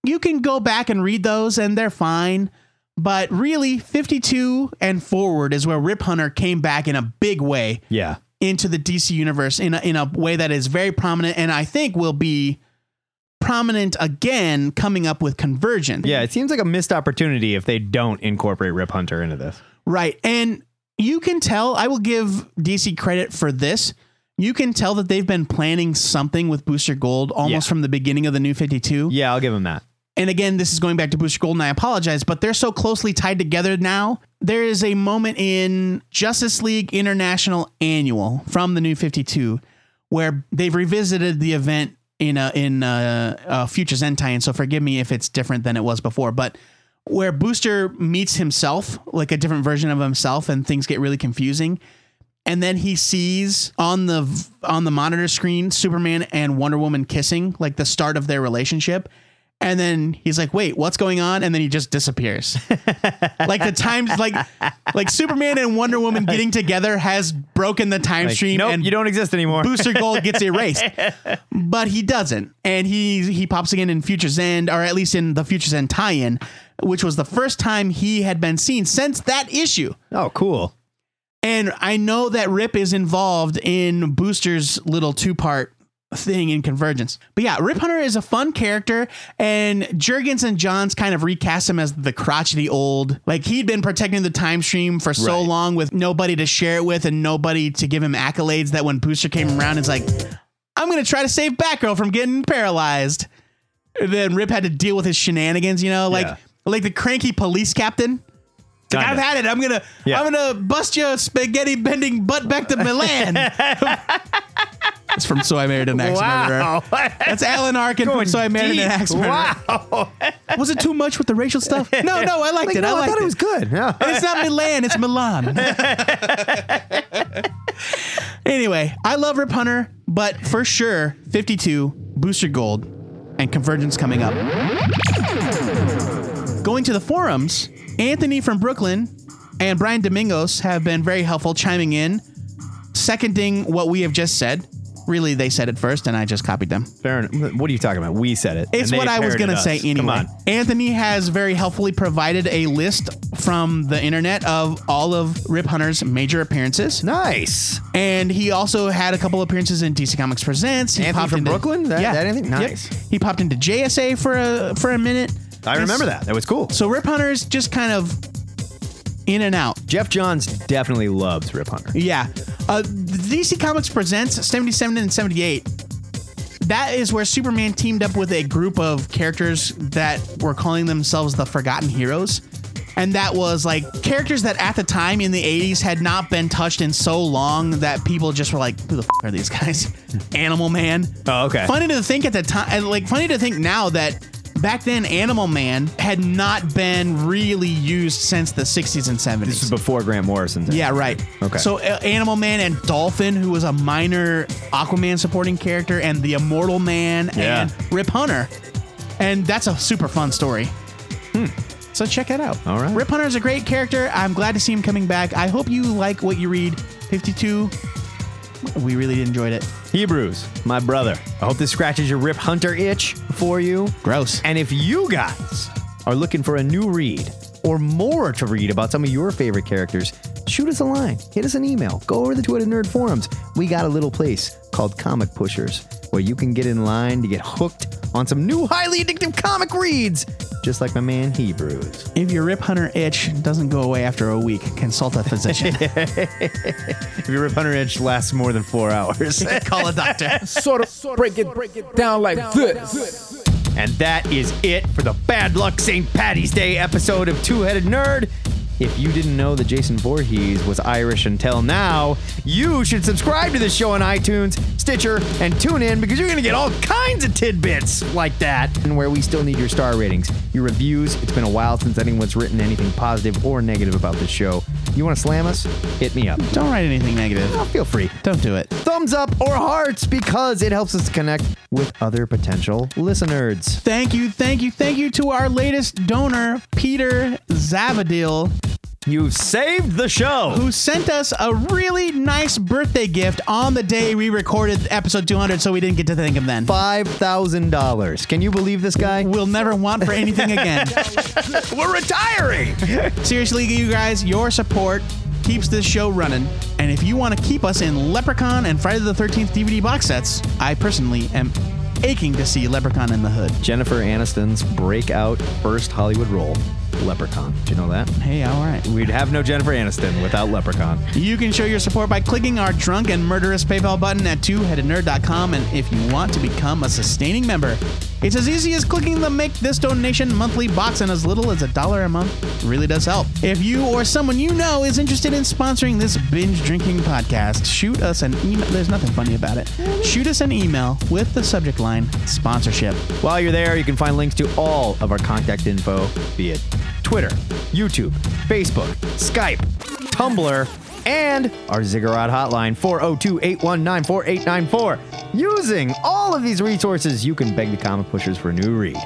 you can go back and read those and they're fine. But really, 52 and forward is where Rip Hunter came back in a big way
Yeah.
into the DC universe in a, in a way that is very prominent and I think will be prominent again coming up with Convergence.
Yeah. It seems like a missed opportunity if they don't incorporate Rip Hunter into this.
Right. And you can tell, I will give DC credit for this. You can tell that they've been planning something with Booster Gold almost
Yeah.
from the beginning of the new 52.
Yeah, I'll give him that.
and again, this is going back to Booster Gold, and I apologize, but they're so closely tied together now. There is a moment in Justice League International Annual from the New Fifty Two where they've revisited the event in a in a, a Futures End tie-in. So forgive me if it's different than it was before, but where Booster meets himself, like a different version of himself, and things get really confusing. And then he sees on the v- on the monitor screen Superman and Wonder Woman kissing, like the start of their relationship. And then he's like, "Wait, what's going on?" And then he
*laughs*
just disappears. like the time, like like Superman and Wonder Woman getting together has broken the time
Like,
stream.
nope,
and
you don't exist anymore.
Booster Gold
*laughs*
gets erased, but he doesn't, and he he pops again in Future's End, or at least in the Future's End tie-in, which was the first time he had been seen since that issue.
Oh, cool.
And I know that Rip is involved in Booster's little two-part thing in Convergence. But yeah, Rip Hunter is a fun character, and Jurgens and Johns kind of recast him as the crotchety old. Like he'd been protecting the time stream for so
Right.
long with nobody to share it with and nobody to give him accolades that when Booster came around, it's like, I'm gonna try to save Batgirl from getting paralyzed. And then Rip had to deal with his shenanigans, you know, like
Yeah.
like the cranky police captain. It's Like,
Kinda.
I've had it. I'm gonna
Yeah.
I'm gonna bust your spaghetti bending butt back to Milan. That's from So I Married an Axe Murderer. That's Alan Arkin
*laughs*
from
Going
So I Married
deep.
an Axe Murderer. Was it too much with the racial stuff? No, no, I liked
Like,
it.
no,
I
I,
liked
thought it. was good. Yeah.
and it's not Milan, it's Milan. anyway, I love Rip Hunter, but for sure, 52, Booster Gold, and Convergence coming up. Going to the forums, Anthony from Brooklyn and Brian Domingos have been very helpful chiming in, seconding what we have just said. Really, they said it first, and I just copied them.
Fair enough. What are you talking about? We said it.
It's
And they
what I was
parroted
going to
us.
say anyway.
Come on.
Anthony has very helpfully provided a list from the internet of all of Rip Hunter's major appearances.
Nice.
And he also had a couple appearances in DC Comics Presents. He
Anthony
popped
from
into-
Brooklyn? That-
yeah.
that Anthony?
Yep.
Nice.
He popped into JSA for a for a minute.
I remember that. That was cool.
So Rip Hunter's just kind of in and out.
Jeff Johns definitely loves Rip Hunter.
Yeah. Uh, the DC Comics Presents 77 and 78. That is where Superman teamed up with a group of characters that were calling themselves the Forgotten Heroes. And that was like characters that at the time in the 80s had not been touched in so long that people just were like, who the f are these guys? *laughs* Animal Man.
Oh, okay.
Funny to think at the time, like, funny to think now that back then Animal Man had not been really used since the 60s and 70s.
This is before Grant Morrison.
Yeah, right.
Okay.
So uh, Animal Man and Dolphin, who was a minor Aquaman supporting character, and the Immortal Man
Yeah.
and Rip Hunter. And that's a super fun story. Hmm. So check it out.
All right.
Rip Hunter is a great character. I'm glad to see him coming back. I hope you like what you read. 52. We really enjoyed it.
Hebrews, my brother. I hope this scratches your Rip Hunter itch for you.
Gross.
And if you guys are looking for a new read or more to read about some of your favorite characters, shoot us a line, hit us an email, go over to the Twitter Nerd forums. We got a little place called Comic Pushers where you can get in line to get hooked on some new highly addictive comic reads, just like my man Hebrews.
If your Rip Hunter itch doesn't go away after a week, consult
*laughs*
a physician.
If your Rip Hunter itch lasts more than four *laughs* hours.
Call a doctor.
Sort of break it, break it down like this.
And that is it for the Bad Luck St. Patty's Day episode of Two Headed Nerd. If you didn't know that Jason Voorhees was Irish until now, you should subscribe to this show on iTunes, Stitcher, and tune in because you're going to get all kinds of tidbits like that. And where we still need your star ratings, your reviews. It's been a while since anyone's written anything positive or negative about this show. You want to slam us? Hit me up.
Don't write anything negative.
Oh, feel free
Don't do it.
thumbs up or hearts because it helps us to connect with other potential listeners.
Thank you, thank you, thank you to our latest donor, Peter Zavadil,
You've saved the show.
who sent us a really nice birthday gift on the day we recorded episode 200, so we didn't get to thank him then.
five thousand dollars. Can you believe this guy?
We'll never want for anything again.
*laughs* We're retiring.
*laughs* Seriously, you guys, your support keeps this show running. And if you want to keep us in Leprechaun and Friday the 13th DVD box sets, I personally am aching to see Leprechaun in the Hood.
Jennifer Aniston's breakout first Hollywood role, Leprechaun. Do you know that?
Hey, all right.
We'd have no Jennifer Aniston without Leprechaun.
You can show your support by clicking our drunk and murderous PayPal button at twoheadednerd.com. And if you want to become a sustaining member, it's as easy as clicking the Make This Donation monthly box, and as little as a dollar a month really does help. If you or someone you know is interested in sponsoring this binge drinking podcast, shoot us an email. There's nothing funny about it. Shoot us an email with the subject line sponsorship.
While you're there, you can find links to all of our contact info, be it Twitter, YouTube, Facebook, Skype, Tumblr, and our Ziggurat hotline 402-819-4894. Using all of these resources, you can beg the comic pushers for a new read.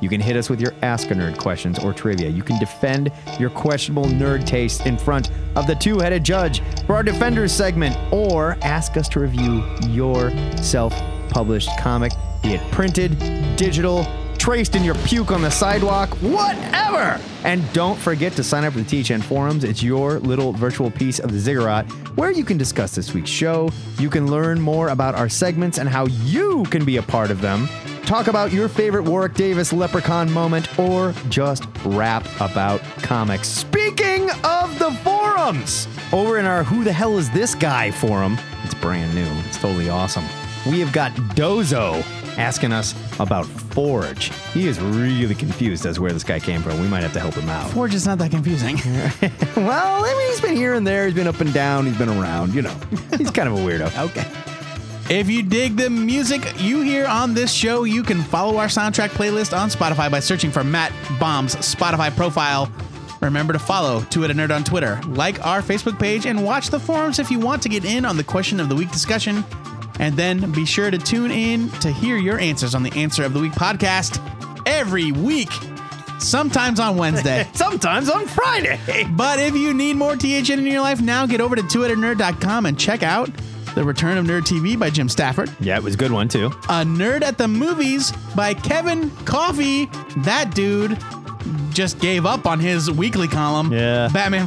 You can hit us with your Ask a Nerd questions or trivia. You can defend your questionable nerd taste in front of the two headed judge for our Defenders segment, or ask us to review your self published comic, be it printed, digital, traced in your puke on the sidewalk, whatever. And don't forget to sign up for the THN forums. It's your little virtual piece of the ziggurat where you can discuss this week's show. You can learn more about our segments and how you can be a part of them. Talk about your favorite Warwick Davis leprechaun moment or just rap about comics. Speaking of the forums, over in our Who the Hell Is This Guy forum, it's brand new, it's totally awesome. We have got Dozo asking us about Forge. He is really confused as where this guy came from. We might have to help him out.
Forge is not that confusing.
*laughs* Well, I mean, he's been here and there. He's been up and down. He's been around. You know, *laughs* he's kind of a weirdo.
Okay. If you dig the music you hear on this show, you can follow our soundtrack playlist on Spotify by searching for Matt Bomb's Spotify profile. Remember to follow Two at a Nerd on Twitter, like our Facebook page, and watch the forums if you want to get in on the question of the week discussion. And then be sure to tune in to hear your answers on the Answer of the Week podcast every week, sometimes on Wednesday.
Sometimes on Friday.
But if you need more THN in your life now, get over to twoheadednerd.com and check out The Return of Nerd TV by Jim Stafford,
Yeah, it was a good one too.
A Nerd at the Movies by Kevin Coffey. That dude just gave up on his weekly column,
Yeah.
Batman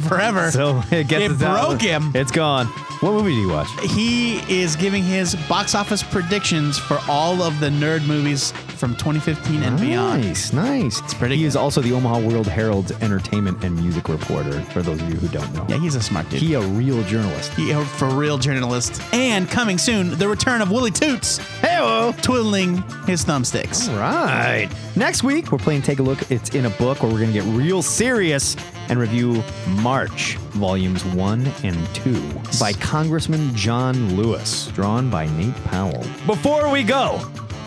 *laughs*
Forever.
So it gets
It
us out.
broke him.
It's gone. What movie did you watch?
he is giving his box office predictions for all of the nerd movies from 2015 and beyond.
Nice, nice. It's
pretty
He
good.
is also the Omaha World Herald's entertainment and music reporter. For those of you who don't know,
Yeah, he's a smart dude.
he a real journalist.
He- a for real journalist. And coming soon, the return of Willie Toots. Hey, twiddling his thumbsticks.
Right. Next week, we're playing Take a Look. It's in a book where we're going to get real serious and review March, volumes one and two by Congressman John Lewis, drawn by Nate Powell. Before we go,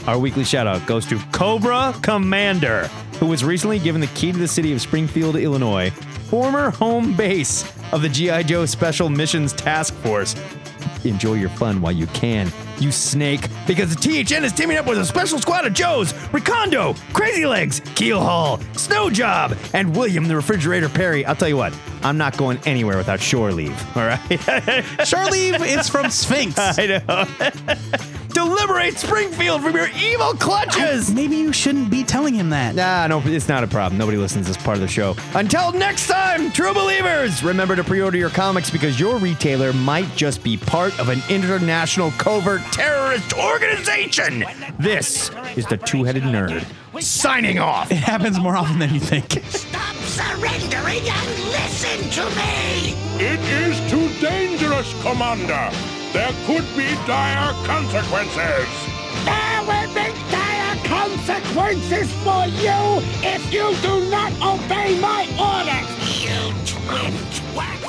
our weekly shout out goes to Cobra Commander, who was recently given the key to the city of Springfield, Illinois, former home base of the G.I. Joe Special Missions Task Force. Enjoy your fun while you can, you snake, because the THN is teaming up with a special squad of Joes, Ricondo, Crazy Legs, Keel Hall, Snow Job, and William the Refrigerator Perry. I'll tell you what, I'm not going anywhere without shore leave, *laughs* all right?
Charlie is from Sphinx.
*laughs* I know. *laughs* Deliberate Springfield from your evil clutches!
Maybe you shouldn't be telling him that.
Nah, no, it's not a problem. Nobody listens to this part of the show. Until next time, true believers, remember to pre order your comics because your retailer might just be part of an international covert terrorist organization. This is the Two Headed Nerd signing off.
It happens more often than you think.
Stop surrendering and listen to me!
It is too dangerous, Commander. There could be dire consequences.
There will be dire consequences for you if you do not obey my orders! You twin twat!